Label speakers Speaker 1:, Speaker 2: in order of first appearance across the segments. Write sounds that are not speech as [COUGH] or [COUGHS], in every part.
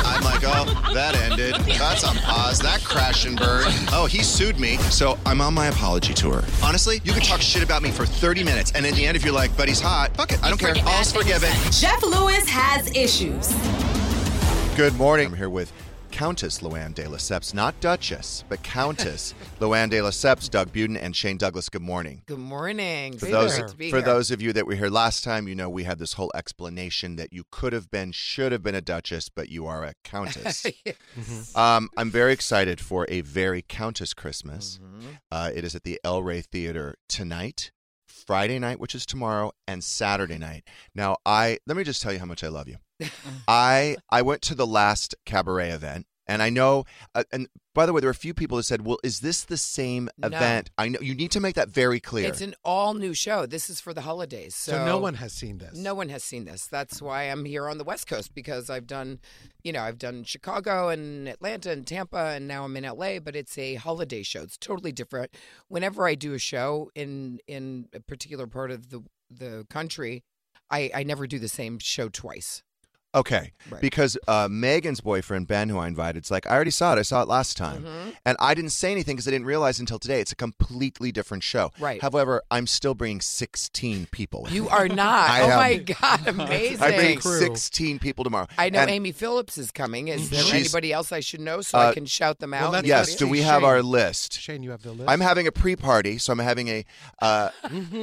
Speaker 1: I'm like, oh, that ended. That's on pause. That crash and burn. Oh, he sued me. So I'm on my apology tour. Honestly, you could talk shit about me for 30 minutes. And at the end, if you're like, but he's hot, fuck it. I don't care.
Speaker 2: Forget
Speaker 1: All's
Speaker 2: bad things
Speaker 1: forgiven.
Speaker 2: Jeff Lewis has issues.
Speaker 1: Good morning. I'm here with Countess Luann de Lesseps, not Duchess,
Speaker 2: [LAUGHS]
Speaker 1: but Countess Luann de Lesseps, Doug Buden, and Shane Douglas. Good morning.
Speaker 3: Good morning.
Speaker 1: For
Speaker 3: Super
Speaker 1: those,
Speaker 3: to be
Speaker 1: for
Speaker 3: here.
Speaker 1: those of you that were here last time, you know we had this whole explanation that you could have been, should have been a duchess, but you are a countess.
Speaker 3: [LAUGHS]
Speaker 1: um, I'm very excited for a very countess Christmas. Uh, it is at the El Rey Theater tonight, Friday night, which is tomorrow, and Saturday night. Now, I let me just tell you how much
Speaker 3: [LAUGHS]
Speaker 1: I love you. I I went to the last cabaret event, and I know. Uh, and by the way, there were a few people that said, "Well, is this the same
Speaker 3: No.
Speaker 1: event?" I know you need to make that very clear.
Speaker 3: It's an all new show. This is for the holidays. So,
Speaker 4: So, no one has seen this.
Speaker 3: no one has seen this. That's why I'm here on the West Coast because I've done, you know, I've done Chicago and Atlanta and Tampa, and now I'm in LA. But it's a holiday show. It's totally different. Whenever I do a show in in a particular part of the the country, I I never do the same show twice.
Speaker 1: Okay,
Speaker 3: Right.
Speaker 1: because uh, Megan's boyfriend Ben, who I invited, is like, I already saw it. I saw it last time,
Speaker 3: Mm-hmm.
Speaker 1: and I didn't say anything because I didn't realize until today it's a completely different show.
Speaker 3: Right.
Speaker 1: However, I'm still bringing 16 people. with
Speaker 3: You
Speaker 1: me.
Speaker 3: are not.
Speaker 1: [LAUGHS] I
Speaker 3: oh
Speaker 1: am.
Speaker 3: my god, amazing.
Speaker 1: I bring
Speaker 4: crew.
Speaker 1: 16 people tomorrow.
Speaker 3: I know
Speaker 1: And,
Speaker 3: Amy Phillips is coming. Is there
Speaker 1: She's-
Speaker 3: anybody else I should know so
Speaker 1: Uh,
Speaker 3: I can shout them
Speaker 4: well,
Speaker 3: out?
Speaker 4: that's
Speaker 3: and
Speaker 1: Yes.
Speaker 4: Let's
Speaker 1: Do we
Speaker 4: see,
Speaker 1: have
Speaker 4: Shane.
Speaker 1: our list?
Speaker 4: Shane, you have the list.
Speaker 1: I'm having a pre-party, so I'm having a. Uh,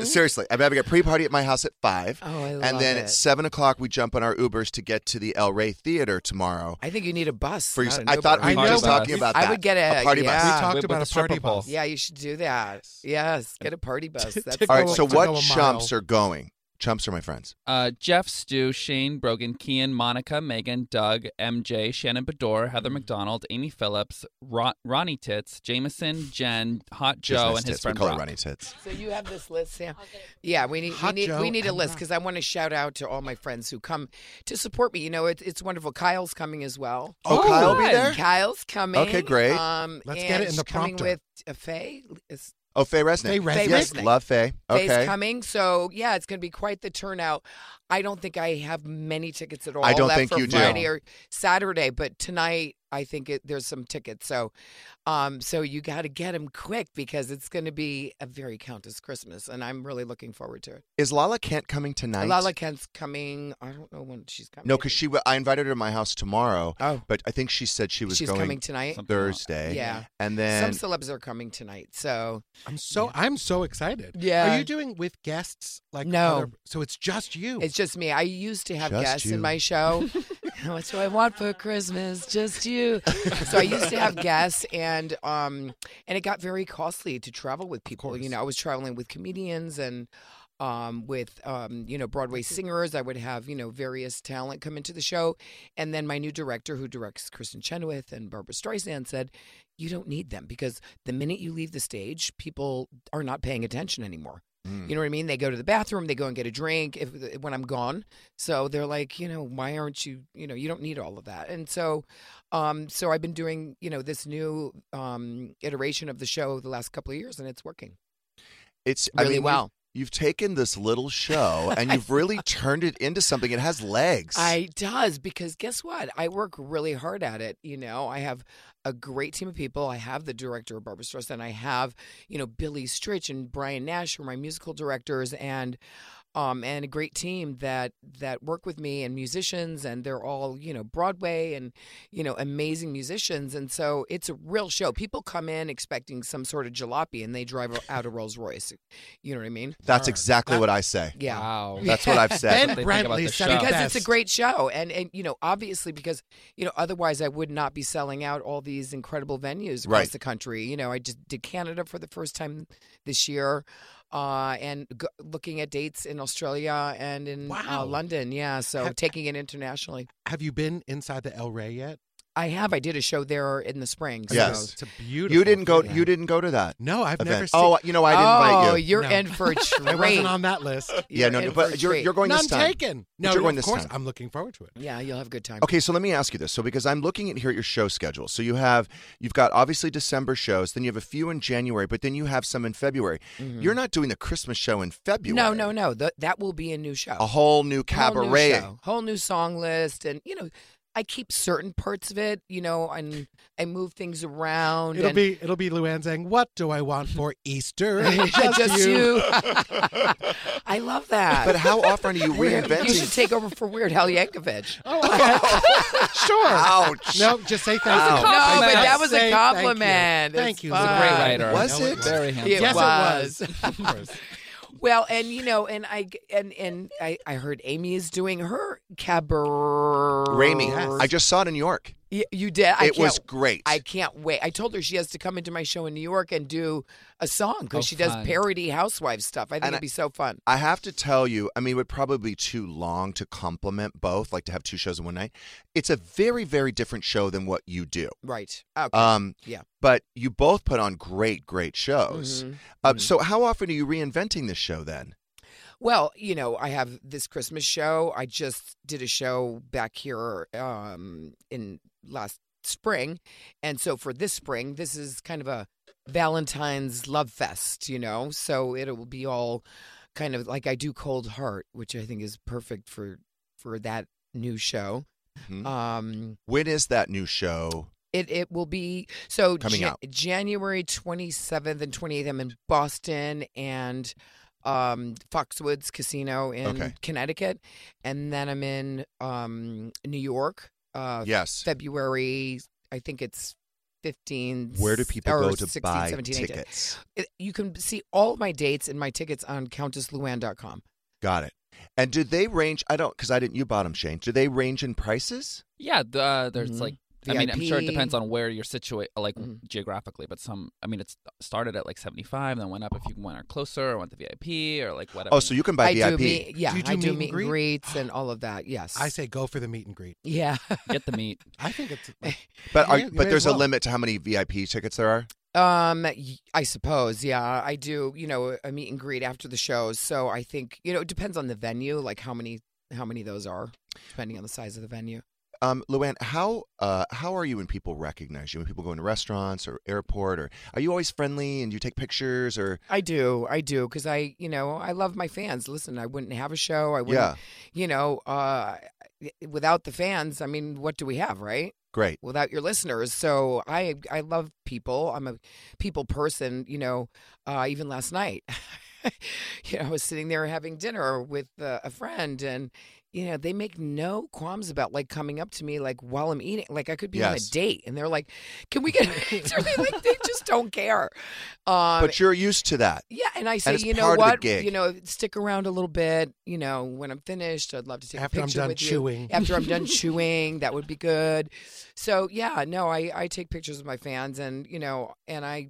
Speaker 1: Seriously, I'm having a pre-party at my house at five,
Speaker 3: Mm-hmm. Oh, I
Speaker 1: and
Speaker 3: love
Speaker 1: then at
Speaker 3: it.
Speaker 1: seven o'clock we jump on our Ubers to get to the El Rey Theater tomorrow.
Speaker 3: I think you need a bus.
Speaker 1: For your,
Speaker 3: not an
Speaker 1: I
Speaker 3: Uber.
Speaker 1: thought we
Speaker 4: I
Speaker 1: were
Speaker 4: know,
Speaker 1: just
Speaker 4: but-
Speaker 1: talking about
Speaker 3: I
Speaker 1: that.
Speaker 3: would get a-
Speaker 1: party
Speaker 4: we
Speaker 3: yeah.
Speaker 1: bus.
Speaker 4: talked
Speaker 5: With-
Speaker 4: about
Speaker 5: with
Speaker 4: a
Speaker 5: the stripper
Speaker 4: party
Speaker 5: pole.
Speaker 3: [LAUGHS]
Speaker 4: bus.
Speaker 3: Yeah, you should do that. Yes, get a party
Speaker 4: [LAUGHS]
Speaker 3: bus. That's
Speaker 4: Take
Speaker 1: All
Speaker 4: go
Speaker 1: right.
Speaker 4: a-
Speaker 1: So
Speaker 4: to go
Speaker 1: what
Speaker 4: a
Speaker 1: chumps
Speaker 4: mile.
Speaker 1: are going? Chumps are my friends.
Speaker 5: Uh, Jeff, Stu, Shane, Brogan, Kian, Monica, Megan, Doug, MJ, Shannon Bador, Heather
Speaker 1: Hmm.
Speaker 5: McDonald, Amy Phillips, Ron- Ronnie Tits, Jameson, Jen, Hot
Speaker 1: She has
Speaker 5: Joe,
Speaker 1: nice
Speaker 5: and his
Speaker 1: tits.
Speaker 5: friend
Speaker 1: We call her
Speaker 5: Brock.
Speaker 1: Ronnie tits.
Speaker 3: So you have this list, Sam. Yeah, we need we
Speaker 4: Hot
Speaker 3: need,
Speaker 4: Joe
Speaker 3: we need a
Speaker 4: and
Speaker 3: list
Speaker 4: Rock.
Speaker 3: because I want to shout out to all my friends who come to support me. You know, it, it's wonderful. Kyle's coming as well.
Speaker 1: Oh, Kyle will be
Speaker 5: fun.
Speaker 1: there.
Speaker 3: Kyle's coming.
Speaker 1: Okay, great.
Speaker 3: Um,
Speaker 4: Let's
Speaker 3: and
Speaker 4: get it in the
Speaker 3: she's coming
Speaker 4: prompter.
Speaker 3: with uh, Faye. Is
Speaker 1: Oh, Faye Resnick.
Speaker 4: Faye Resnick.
Speaker 1: Yes,
Speaker 3: Faye Resnick.
Speaker 1: love Faye.
Speaker 3: Faye's
Speaker 1: Okay.
Speaker 3: coming, so yeah, it's going to be quite the turnout. I don't think I have many tickets at all.
Speaker 1: I don't
Speaker 3: left
Speaker 1: think
Speaker 3: for
Speaker 1: you do.
Speaker 3: Friday or Saturday, but tonight I think it, there's some tickets. So, um, so you got to get them quick because it's going to be a very Countess Christmas, and I'm really looking forward to it.
Speaker 1: Is Lala Kent coming tonight?
Speaker 3: Lala Kent's coming. I don't know when she's coming.
Speaker 1: No, because she. w- I invited her to my house tomorrow.
Speaker 3: Oh.
Speaker 1: But I think she said she was
Speaker 3: she's
Speaker 1: going
Speaker 3: coming tonight.
Speaker 5: Something like-
Speaker 1: Thursday.
Speaker 3: Yeah.
Speaker 1: And then
Speaker 3: some celebs are coming tonight, so
Speaker 4: I'm so I'm so excited.
Speaker 3: Yeah.
Speaker 4: Are you doing with guests? Like
Speaker 3: No.
Speaker 4: other- so it's just you.
Speaker 3: it's just me. I used to have
Speaker 1: Just
Speaker 3: guests
Speaker 1: you.
Speaker 3: in my
Speaker 1: [LAUGHS]
Speaker 3: show. [LAUGHS] what do I want for Christmas? Just you. so I used to have guests, and um, and it got very costly to travel with people. You know, I was traveling with comedians and um with um you know broadway singers i would have you know various talent come into the show and then my new director who directs kristen chenoweth and barbara streisand said you don't need them because the minute you leave the stage people are not paying attention anymore
Speaker 1: Mm. hmm.
Speaker 3: you know what I mean? They go to the bathroom, they go and get a drink if uh, when I'm gone. So they're like, you know, why aren't you, you know, you don't need all of that. And so um so I've been doing, you know, this new um iteration of the show the last couple of years and it's working.
Speaker 1: it's I
Speaker 3: Really
Speaker 1: mean,
Speaker 3: well.
Speaker 1: You've, you've taken this little show and you've really turned it into something. It has legs.
Speaker 3: I does because guess what? I work really hard at it. You know, I have a great team of people. I have the director of Barbara Streisand. I have you know Billy Stritch and Brian Nash, who are my musical directors, and um, and a great team that that work with me and musicians, and they're all you know Broadway and you know amazing musicians, and so it's a real show. People come in expecting some sort of jalopy, and they drive out a Rolls Royce. You know what I mean?
Speaker 1: That's exactly what I say.
Speaker 3: Yeah.
Speaker 5: Wow.
Speaker 1: That's what I've said.
Speaker 4: Ben
Speaker 5: They think about
Speaker 4: Brantley
Speaker 5: the
Speaker 4: said
Speaker 5: show.
Speaker 4: it
Speaker 5: Yeah.
Speaker 3: because
Speaker 4: best.
Speaker 3: it's a great show and and you know obviously because you know otherwise i would not be selling out all these incredible venues across
Speaker 1: Right.
Speaker 3: the country you know i just did canada for the first time this year uh, and g- looking at dates in australia and in
Speaker 4: Wow.
Speaker 3: uh, london yeah so
Speaker 4: Have-
Speaker 3: taking it internationally
Speaker 4: Have you been inside the El Rey yet?
Speaker 3: i have i did a show there in the spring so-
Speaker 1: Yes.
Speaker 4: It's a beautiful.
Speaker 1: You didn't go.
Speaker 4: theater.
Speaker 1: You didn't go to that
Speaker 4: No, I've
Speaker 1: event.
Speaker 4: never seen.
Speaker 1: oh, you know, I didn't
Speaker 3: oh
Speaker 1: invite you.
Speaker 3: you're
Speaker 4: No.
Speaker 3: in for a
Speaker 4: [LAUGHS] I
Speaker 3: treat
Speaker 4: wasn't on that list.
Speaker 1: Yeah,
Speaker 3: you're
Speaker 1: no, no.
Speaker 3: in for a
Speaker 1: But you're
Speaker 3: treat.
Speaker 1: you're [LAUGHS] going
Speaker 4: None
Speaker 1: this time.
Speaker 4: taken. No,
Speaker 1: you're going
Speaker 4: of
Speaker 1: this
Speaker 4: course.
Speaker 1: time.
Speaker 4: I'm looking forward to it.
Speaker 3: yeah you'll have a good time
Speaker 1: Okay, so let me ask you this. So because I'm looking at here at your show schedule. So you have you've got obviously December shows, then you have a few in January, but then you have some in February. You're not doing the Christmas show in February.
Speaker 3: Mm-hmm. no no no Th- that will be a new show
Speaker 1: A whole new cabaret.
Speaker 3: whole new, show, whole new song list, and you know, I keep certain parts of it, you know, and I move things around.
Speaker 4: It'll
Speaker 3: and
Speaker 4: be it'll be Luann saying, "What do I want for
Speaker 3: [LAUGHS]
Speaker 4: Easter?"
Speaker 3: just,
Speaker 1: [LAUGHS]
Speaker 3: you. I love that.
Speaker 1: But how often are
Speaker 3: [LAUGHS]
Speaker 1: you
Speaker 3: you should
Speaker 1: reinventing?
Speaker 3: take over for Weird Al Yankovic.
Speaker 4: [LAUGHS] Oh,
Speaker 3: [LAUGHS]
Speaker 4: okay. sure.
Speaker 1: Ouch.
Speaker 4: [LAUGHS] No, just say thank you.
Speaker 3: No, but
Speaker 5: compliment.
Speaker 3: that was
Speaker 4: Say
Speaker 3: a
Speaker 4: thank you.
Speaker 3: compliment.
Speaker 4: Thank
Speaker 3: It's
Speaker 4: you.
Speaker 3: fine.
Speaker 5: He's a great writer.
Speaker 1: Uh, Was
Speaker 4: No,
Speaker 1: it?
Speaker 5: Very handsome.
Speaker 3: It
Speaker 4: yes,
Speaker 3: was.
Speaker 4: it was. [LAUGHS] Of course.
Speaker 3: Well, and you know, and I and and I, I heard Amy is doing her cabaret.
Speaker 1: Raimi.
Speaker 4: Yes.
Speaker 1: I just saw it in New York.
Speaker 3: Y- You did. I
Speaker 1: it was
Speaker 3: can't-
Speaker 1: great.
Speaker 3: I can't wait. I told her she has to come into my show in New York and do a song because
Speaker 5: Oh,
Speaker 3: she
Speaker 5: fun.
Speaker 3: does parody housewives stuff. I think
Speaker 1: And
Speaker 3: it'd
Speaker 1: I-
Speaker 3: be so fun.
Speaker 1: I have to tell you, I mean, it would probably be too long to compliment both, like to have two shows in one night. It's a very, very different show than what you do.
Speaker 3: Right. Okay.
Speaker 1: Um,
Speaker 3: yeah.
Speaker 1: but you both put on great, great shows.
Speaker 3: Mhm.
Speaker 1: Uh, So, how often are you reinventing this show then?
Speaker 3: Well, you know, I have this Christmas show. I just did a show back here um, in last spring, and so for this spring, this is kind of a Valentine's love fest. You know, so it will be all kind of like I do Cold Heart, which I think is perfect for for that new show.
Speaker 1: Mhm.
Speaker 3: Um,
Speaker 1: When is that new show?
Speaker 3: It it will be so
Speaker 1: Coming
Speaker 3: Jan-
Speaker 1: out.
Speaker 3: January 27th and 28th. I'm in Boston and um, Foxwoods Casino in
Speaker 1: Okay.
Speaker 3: Connecticut, and then I'm in um, New York. Uh,
Speaker 1: Yes.
Speaker 3: February. I think it's 15.
Speaker 1: Where do people
Speaker 3: or
Speaker 1: go to
Speaker 3: 16,
Speaker 1: buy
Speaker 3: 17, 18.
Speaker 1: tickets?
Speaker 3: It- You can see all my dates and my tickets on CountessLuann.com.
Speaker 1: Got it. And do they range? I don't, because I didn't. You bought them, Shane. Do they range in prices?
Speaker 5: Yeah, the, uh, there's
Speaker 3: Mhm.
Speaker 5: like I mean, I'm sure it
Speaker 3: VIP.
Speaker 5: depends on where you're situated, like
Speaker 3: Mhm.
Speaker 5: geographically. But some, I mean, it's started at like 75, then went up if you want or closer, or want the VIP, or like whatever.
Speaker 1: Oh, so you can buy
Speaker 3: I
Speaker 1: VIP.
Speaker 3: do meet, yeah,
Speaker 4: Do you do
Speaker 3: I
Speaker 4: meet
Speaker 3: do
Speaker 4: and
Speaker 3: meet
Speaker 4: greet?
Speaker 3: and greets and all of that. Yes,
Speaker 4: I say go for the meet and greet.
Speaker 3: yeah. [LAUGHS]
Speaker 5: get the
Speaker 1: [LAUGHS]
Speaker 5: meat.
Speaker 4: I think it's.
Speaker 1: but are,
Speaker 4: Yeah, you may
Speaker 1: but
Speaker 4: as
Speaker 1: there's a
Speaker 4: well.
Speaker 1: limit to how many VIP tickets there are.
Speaker 3: Um, y- I suppose, yeah, I do. You know, a meet and greet after the shows. So I think you know it depends on the venue, like how many how many of those are, depending on the size of the venue.
Speaker 1: Um, Luann, how uh, how are you when people recognize you? When people go into restaurants or airport, or are you always friendly and you take pictures? Or
Speaker 3: I do, I do, because I, you know, I love my fans. Listen, I wouldn't have a show. I wouldn't,
Speaker 1: yeah,
Speaker 3: you know, uh, without the fans, I mean, what do we have, right?
Speaker 1: great.
Speaker 3: without your listeners. So I I love people. I'm a people person. You know, uh, even last night, [LAUGHS] you know, I was sitting there having dinner with uh, a friend, and you know, they make no qualms about like coming up to me like while I'm eating. Like I could be on
Speaker 1: Yes.
Speaker 3: a date, and they're like, "Can
Speaker 1: [LAUGHS]
Speaker 3: we get?" a [LAUGHS] picture?" They, like they just don't care. Um,
Speaker 1: but you're used to that.
Speaker 3: yeah, and I say,
Speaker 1: it's
Speaker 3: you know
Speaker 1: part of the
Speaker 3: what,
Speaker 1: gig."
Speaker 3: you know, stick around a little bit. You know, when I'm finished, I'd love to [LAUGHS] take
Speaker 4: After
Speaker 3: a
Speaker 4: I'm
Speaker 3: picture
Speaker 4: done
Speaker 3: with you.
Speaker 4: chewing.
Speaker 3: After I'm [LAUGHS] done chewing, that would be good. So yeah, no, I I take pictures of my fans, and you know, and I,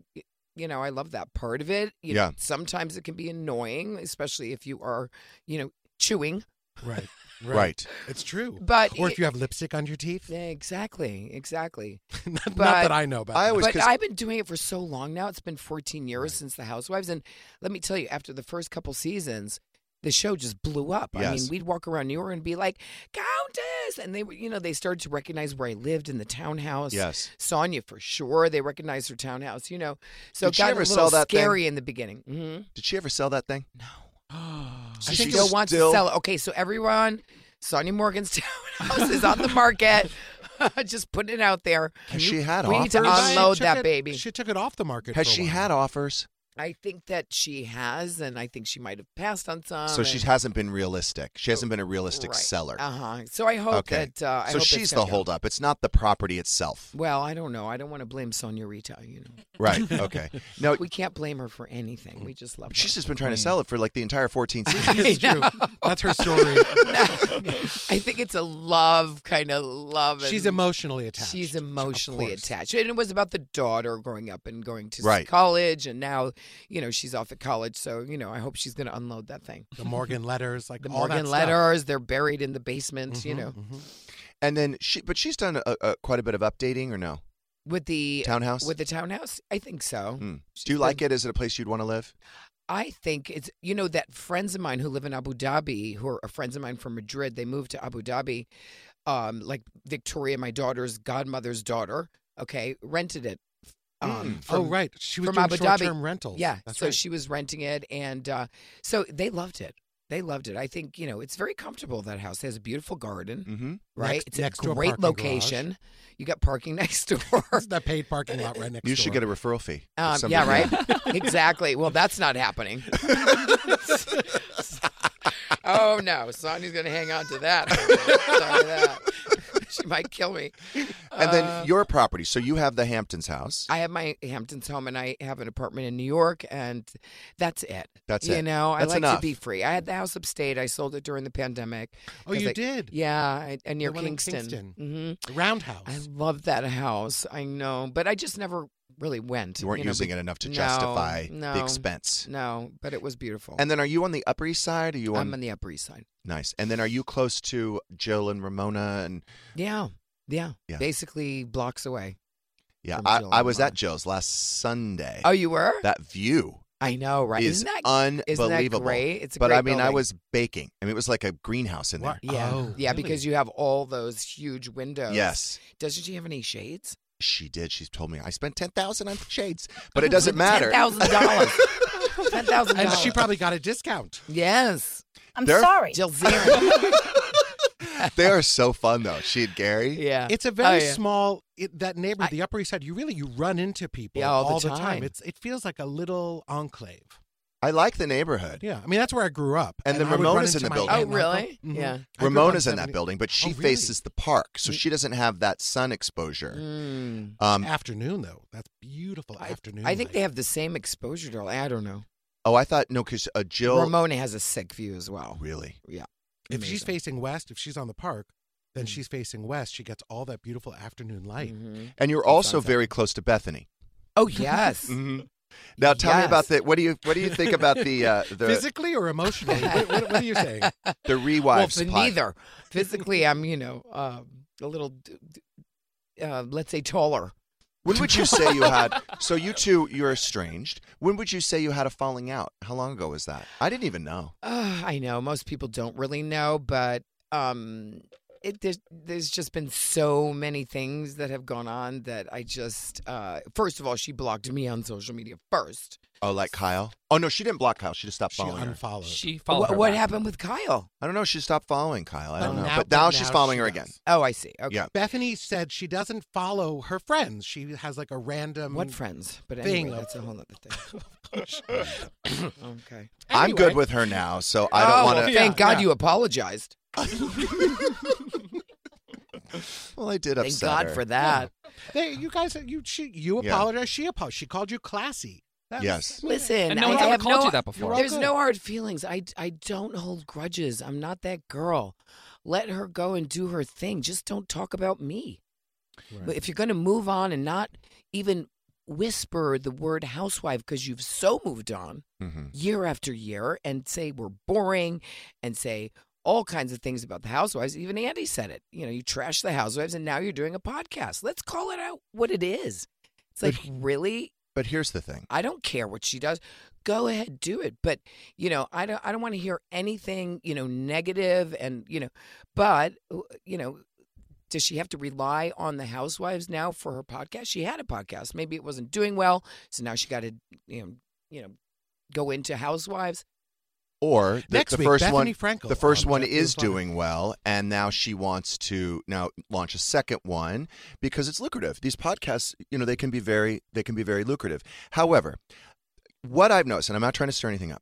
Speaker 3: you know, I love that part of it. You
Speaker 1: Yeah.
Speaker 3: Know, sometimes it can be annoying, especially if you are, you know, chewing. [LAUGHS]
Speaker 4: Right. Right.
Speaker 1: Right.
Speaker 4: It's true.
Speaker 3: But
Speaker 4: or
Speaker 3: it-
Speaker 4: if you have lipstick on your teeth.
Speaker 3: Yeah, exactly, exactly.
Speaker 4: [LAUGHS] not, not
Speaker 3: But-
Speaker 4: that I know about.
Speaker 1: I
Speaker 4: that.
Speaker 1: always-
Speaker 3: but
Speaker 1: 'cause-
Speaker 3: I've been doing it for so long now. It's been 14 years since The Housewives. And let me tell you, after the first couple seasons, the show just blew up. I
Speaker 1: Yes.
Speaker 3: mean, we'd walk around New York and be like, Countess! And they were, you know, they started to recognize where I lived in the townhouse.
Speaker 1: Yes.
Speaker 3: Sonia, for sure. They recognized her townhouse, you know. So
Speaker 1: Did
Speaker 3: it
Speaker 1: she
Speaker 3: got
Speaker 1: ever
Speaker 3: a little
Speaker 1: sell that thing?
Speaker 3: scary in the beginning.
Speaker 1: [GASPS]
Speaker 3: hmm
Speaker 1: Did she ever sell that thing? So
Speaker 3: She
Speaker 1: she's
Speaker 3: still wants to sell it. Okay, so everyone, Sonia Morgan's [LAUGHS] townhouse is on the market. [LAUGHS] just putting it out there.
Speaker 1: Has she had
Speaker 3: we need to
Speaker 1: offers?
Speaker 4: She
Speaker 3: unload
Speaker 4: took
Speaker 3: that
Speaker 4: it-
Speaker 3: baby.
Speaker 4: She took it off the market.
Speaker 1: Has
Speaker 4: for a
Speaker 1: she
Speaker 4: while.
Speaker 1: had offers?
Speaker 3: I think that she has, and I think she might have passed on some.
Speaker 1: so she hasn't been realistic. She hasn't been a realistic seller.
Speaker 3: Uh huh. So I hope
Speaker 1: okay.
Speaker 3: that. Uh, I
Speaker 1: so
Speaker 3: hope
Speaker 1: she's
Speaker 3: that
Speaker 1: the holdup. It's not the property itself.
Speaker 3: Well, I don't know. I don't want to blame Sonia Rita. You know,
Speaker 1: Right.
Speaker 3: [LAUGHS]
Speaker 1: Okay. No,
Speaker 3: we Hmm. can't blame her for anything. We just love.
Speaker 1: she's
Speaker 3: her. Mm.
Speaker 1: just been trying to
Speaker 3: [LAUGHS]
Speaker 1: sell it for like the entire 14
Speaker 4: [LAUGHS]
Speaker 1: seasons.
Speaker 4: It's true. That's her story.
Speaker 3: I think it's a love kind [LAUGHS] of love. and-
Speaker 4: She's emotionally attached.
Speaker 3: She's
Speaker 4: of
Speaker 3: emotionally
Speaker 4: course.
Speaker 3: attached. And it was about the daughter growing up and going to
Speaker 1: Right.
Speaker 3: college. And now, you know, she's off at college. So, you know, I hope she's going to unload that thing.
Speaker 4: The Morgan letters, like
Speaker 3: The
Speaker 4: all
Speaker 3: Morgan
Speaker 4: that Mm-hmm,
Speaker 3: letters, they're buried in the basement,
Speaker 1: Mm-hmm.
Speaker 3: you know,
Speaker 1: And then she, but she's done a, a, quite a bit of updating or no?
Speaker 3: with the
Speaker 1: Townhouse?
Speaker 3: With the townhouse? I think so.
Speaker 1: Hmm. Do you like it? Is it a place you'd want to live?
Speaker 3: I think it's, you know, that friends of mine who live in Abu Dhabi, who are friends of mine from Madrid, they moved to Abu Dhabi. Um, like Victoria, my daughter's godmother's daughter, okay, rented it.
Speaker 1: Hmm.
Speaker 3: Um,
Speaker 4: stuff. oh
Speaker 3: from-
Speaker 4: right, she was
Speaker 3: from
Speaker 4: doing
Speaker 3: Abu Dhabi.
Speaker 4: short-term rentals.
Speaker 3: Yeah,
Speaker 4: That's
Speaker 3: so
Speaker 4: right.
Speaker 3: she was renting it, and uh, so they loved it. They loved it. I think you know it's very comfortable. That house it has a beautiful garden,
Speaker 1: Mm-hmm.
Speaker 3: right?
Speaker 4: Next-
Speaker 3: it's
Speaker 4: next
Speaker 3: a
Speaker 4: to a
Speaker 3: great
Speaker 4: parking
Speaker 3: location. You got parking [LAUGHS] next door.
Speaker 4: It's that paid parking lot right next.
Speaker 1: You should
Speaker 4: door.
Speaker 1: get a referral fee. if
Speaker 3: Um, yeah,
Speaker 1: somebody- [LAUGHS]
Speaker 3: right. [LAUGHS] exactly. Well, that's not happening. [LAUGHS] oh no, Sonia's gonna hang on to that. Sorry that. [LAUGHS] she might kill me.
Speaker 1: And then
Speaker 3: Uh,
Speaker 1: your property. So you have the Hamptons house.
Speaker 3: I have my Hamptons home and I have an apartment in New York and that's it.
Speaker 1: That's
Speaker 3: you
Speaker 1: it.
Speaker 3: know,
Speaker 1: That's
Speaker 3: I like
Speaker 1: enough.
Speaker 3: to be free. I had the house upstate. I sold it during the pandemic.
Speaker 4: Oh,
Speaker 3: 'cause
Speaker 4: you
Speaker 3: I-
Speaker 4: did?
Speaker 3: Yeah, I, and near
Speaker 4: The one in
Speaker 3: Kingston.
Speaker 4: Kingston.
Speaker 3: hmm
Speaker 4: Roundhouse.
Speaker 1: Oh,
Speaker 3: I love that house. I know, but I just never really went.
Speaker 1: You weren't
Speaker 3: know,
Speaker 1: using
Speaker 3: be-
Speaker 1: it enough to
Speaker 3: No,
Speaker 1: justify the
Speaker 3: no,
Speaker 1: expense.
Speaker 3: No, but it was beautiful.
Speaker 1: And then are you on the Upper East Side? Are you on
Speaker 3: I'm on the Upper East Side.
Speaker 1: nice? And then are you close to Jill and Ramona? And
Speaker 3: Yeah, yeah.
Speaker 1: Yeah.
Speaker 3: Basically blocks away.
Speaker 1: yeah,
Speaker 3: From
Speaker 1: I,
Speaker 3: Jill
Speaker 1: I
Speaker 3: and
Speaker 1: was at
Speaker 3: Ramona.
Speaker 1: Jill's last Sunday.
Speaker 3: Oh, you were?
Speaker 1: that view
Speaker 3: I know, right?
Speaker 1: is
Speaker 3: isn't that
Speaker 1: unbelievable.
Speaker 3: Isn't that great? It's a
Speaker 1: but
Speaker 3: great
Speaker 1: I mean, I
Speaker 3: building.
Speaker 1: was baking. I mean, it was like a greenhouse in
Speaker 4: What?
Speaker 1: there.
Speaker 3: Yeah.
Speaker 4: Oh,
Speaker 3: yeah,
Speaker 4: really?
Speaker 3: because you have all those huge windows.
Speaker 1: Yes,
Speaker 3: Doesn't she have any shades?
Speaker 1: she did. She told me I spent ten thousand on shades,
Speaker 3: [LAUGHS]
Speaker 1: but it doesn't matter. [LAUGHS]
Speaker 3: $10,000. $10,000.
Speaker 4: [LAUGHS] and she probably got a discount.
Speaker 3: Yes.
Speaker 6: I'm
Speaker 1: They're-
Speaker 6: sorry.
Speaker 3: Jill Zirin.
Speaker 4: [LAUGHS]
Speaker 1: they are so fun though. She and Gary.
Speaker 3: yeah. Oh,
Speaker 4: It's a very
Speaker 3: yeah.
Speaker 4: small it, that neighborhood, the Upper East Side. You really you run into people
Speaker 3: Yeah, all the
Speaker 4: the,
Speaker 3: time.
Speaker 4: It's it feels like a little enclave.
Speaker 1: I like the neighborhood.
Speaker 4: Yeah, I mean that's where I grew up.
Speaker 1: And the
Speaker 4: I would run
Speaker 1: Ramona's in the
Speaker 4: into my
Speaker 1: building.
Speaker 3: oh,
Speaker 4: aunt and uncle.
Speaker 3: really?
Speaker 4: Mhm.
Speaker 3: Yeah.
Speaker 4: I grew up on
Speaker 1: Ramona's in that
Speaker 4: 70
Speaker 1: building, but she
Speaker 4: Oh, really?
Speaker 1: faces the park, so she doesn't have that sun exposure.
Speaker 3: Mm.
Speaker 1: Um,
Speaker 4: afternoon though. That's beautiful
Speaker 3: I-
Speaker 4: afternoon.
Speaker 3: I think they
Speaker 4: light.
Speaker 3: have the same exposure to all. I don't know.
Speaker 1: oh, I thought no, because uh, Jill.
Speaker 3: Ramona has a sick view as well.
Speaker 1: Really?
Speaker 3: Yeah.
Speaker 4: If she's facing west, if she's on the park,
Speaker 3: Mm-hmm.
Speaker 4: then she's facing west. She gets all that beautiful afternoon light.
Speaker 3: Mhm.
Speaker 1: And you're
Speaker 3: That
Speaker 1: also
Speaker 3: sounds
Speaker 1: very close to Bethany.
Speaker 3: Oh, yes.
Speaker 1: Now, tell me
Speaker 3: Yes.
Speaker 1: about that. What do you What do you think about the
Speaker 4: [LAUGHS]
Speaker 1: uh, the
Speaker 4: Physically
Speaker 3: [LAUGHS]
Speaker 4: or emotionally? [LAUGHS] what, what what are you saying?
Speaker 1: the rewives?
Speaker 3: well, for
Speaker 1: pod-
Speaker 3: neither. [LAUGHS] Physically, I'm, you know, um, a little, d- d- uh, let's say, taller.
Speaker 1: When would you say you
Speaker 4: [LAUGHS]
Speaker 1: had? So you two, you're estranged. When would you say you had a falling out? How long ago was that? I didn't even know.
Speaker 3: Uh, I know most people don't really know, but um, it there's, there's just been so many things that have gone on that I just uh, first of all she blocked me on social media first.
Speaker 1: Oh, like Kyle? Oh no, she didn't block Kyle. She just stopped
Speaker 4: She
Speaker 1: following. her.
Speaker 4: unfollowed.
Speaker 5: She
Speaker 3: Wha-
Speaker 5: followed
Speaker 3: What,
Speaker 5: her back.
Speaker 3: happened with Kyle?
Speaker 1: I don't know. She stopped following Kyle. I
Speaker 4: But
Speaker 1: don't know.
Speaker 4: now-
Speaker 1: but
Speaker 4: but
Speaker 1: now
Speaker 4: now
Speaker 1: she's following
Speaker 4: she
Speaker 1: her
Speaker 4: does.
Speaker 1: again.
Speaker 3: Oh, I see. Okay,
Speaker 1: Yeah.
Speaker 4: Bethany said she doesn't follow her friends. She has like a random
Speaker 3: what friends? But anyway,
Speaker 4: Thing of-
Speaker 3: that's a whole other thing. [COUGHS] okay.
Speaker 1: I'm good
Speaker 4: Anyway.
Speaker 1: with her now, so I don't
Speaker 3: oh,
Speaker 1: want
Speaker 3: well,
Speaker 1: to.
Speaker 3: thank God
Speaker 4: yeah.
Speaker 3: you apologized.
Speaker 1: [LAUGHS] Well, I did upset
Speaker 3: Thank God
Speaker 1: her.
Speaker 3: for that.
Speaker 4: They, you guys, you she, you
Speaker 1: Yeah.
Speaker 4: apologized. She apologized. She called you classy. That's-
Speaker 1: Yes.
Speaker 4: I mean,
Speaker 3: Listen,
Speaker 5: And no one's
Speaker 3: I, I
Speaker 5: ever
Speaker 3: have
Speaker 5: called
Speaker 3: no,
Speaker 5: you that before. You're all
Speaker 3: There's
Speaker 4: good.
Speaker 3: no hard feelings. I, I don't hold grudges. I'm not that girl. Let her go and do her thing. Just don't talk about me. But If you're going to move on and not even whisper the word housewife because you've so moved on
Speaker 1: Mhm.
Speaker 3: year after year and say we're boring and say all kinds of things about the housewives, even Andy said it. You know, you trash the housewives and now you're doing a podcast. Let's call it out what it is. It's like, really?
Speaker 1: But here's the thing.
Speaker 3: I don't care what she does. Go ahead, do it. But you know, I don't. I don't want to hear anything you know negative, and you know, but uh, you know, does she have to rely on the housewives now for her podcast? She had a podcast. Maybe it wasn't doing well, so now she got to you know, you know, go into housewives.
Speaker 1: Or the,
Speaker 4: Next
Speaker 1: the
Speaker 4: week,
Speaker 1: first one,
Speaker 4: Bethany Frankel
Speaker 1: the first
Speaker 4: on
Speaker 1: one
Speaker 4: Jeff
Speaker 1: is
Speaker 4: Lewis Live.
Speaker 1: doing well, and now she wants to now launch a second one because it's lucrative. These podcasts, you know, they can be very they can be very lucrative. However, what I've noticed, and I'm not trying to stir anything up.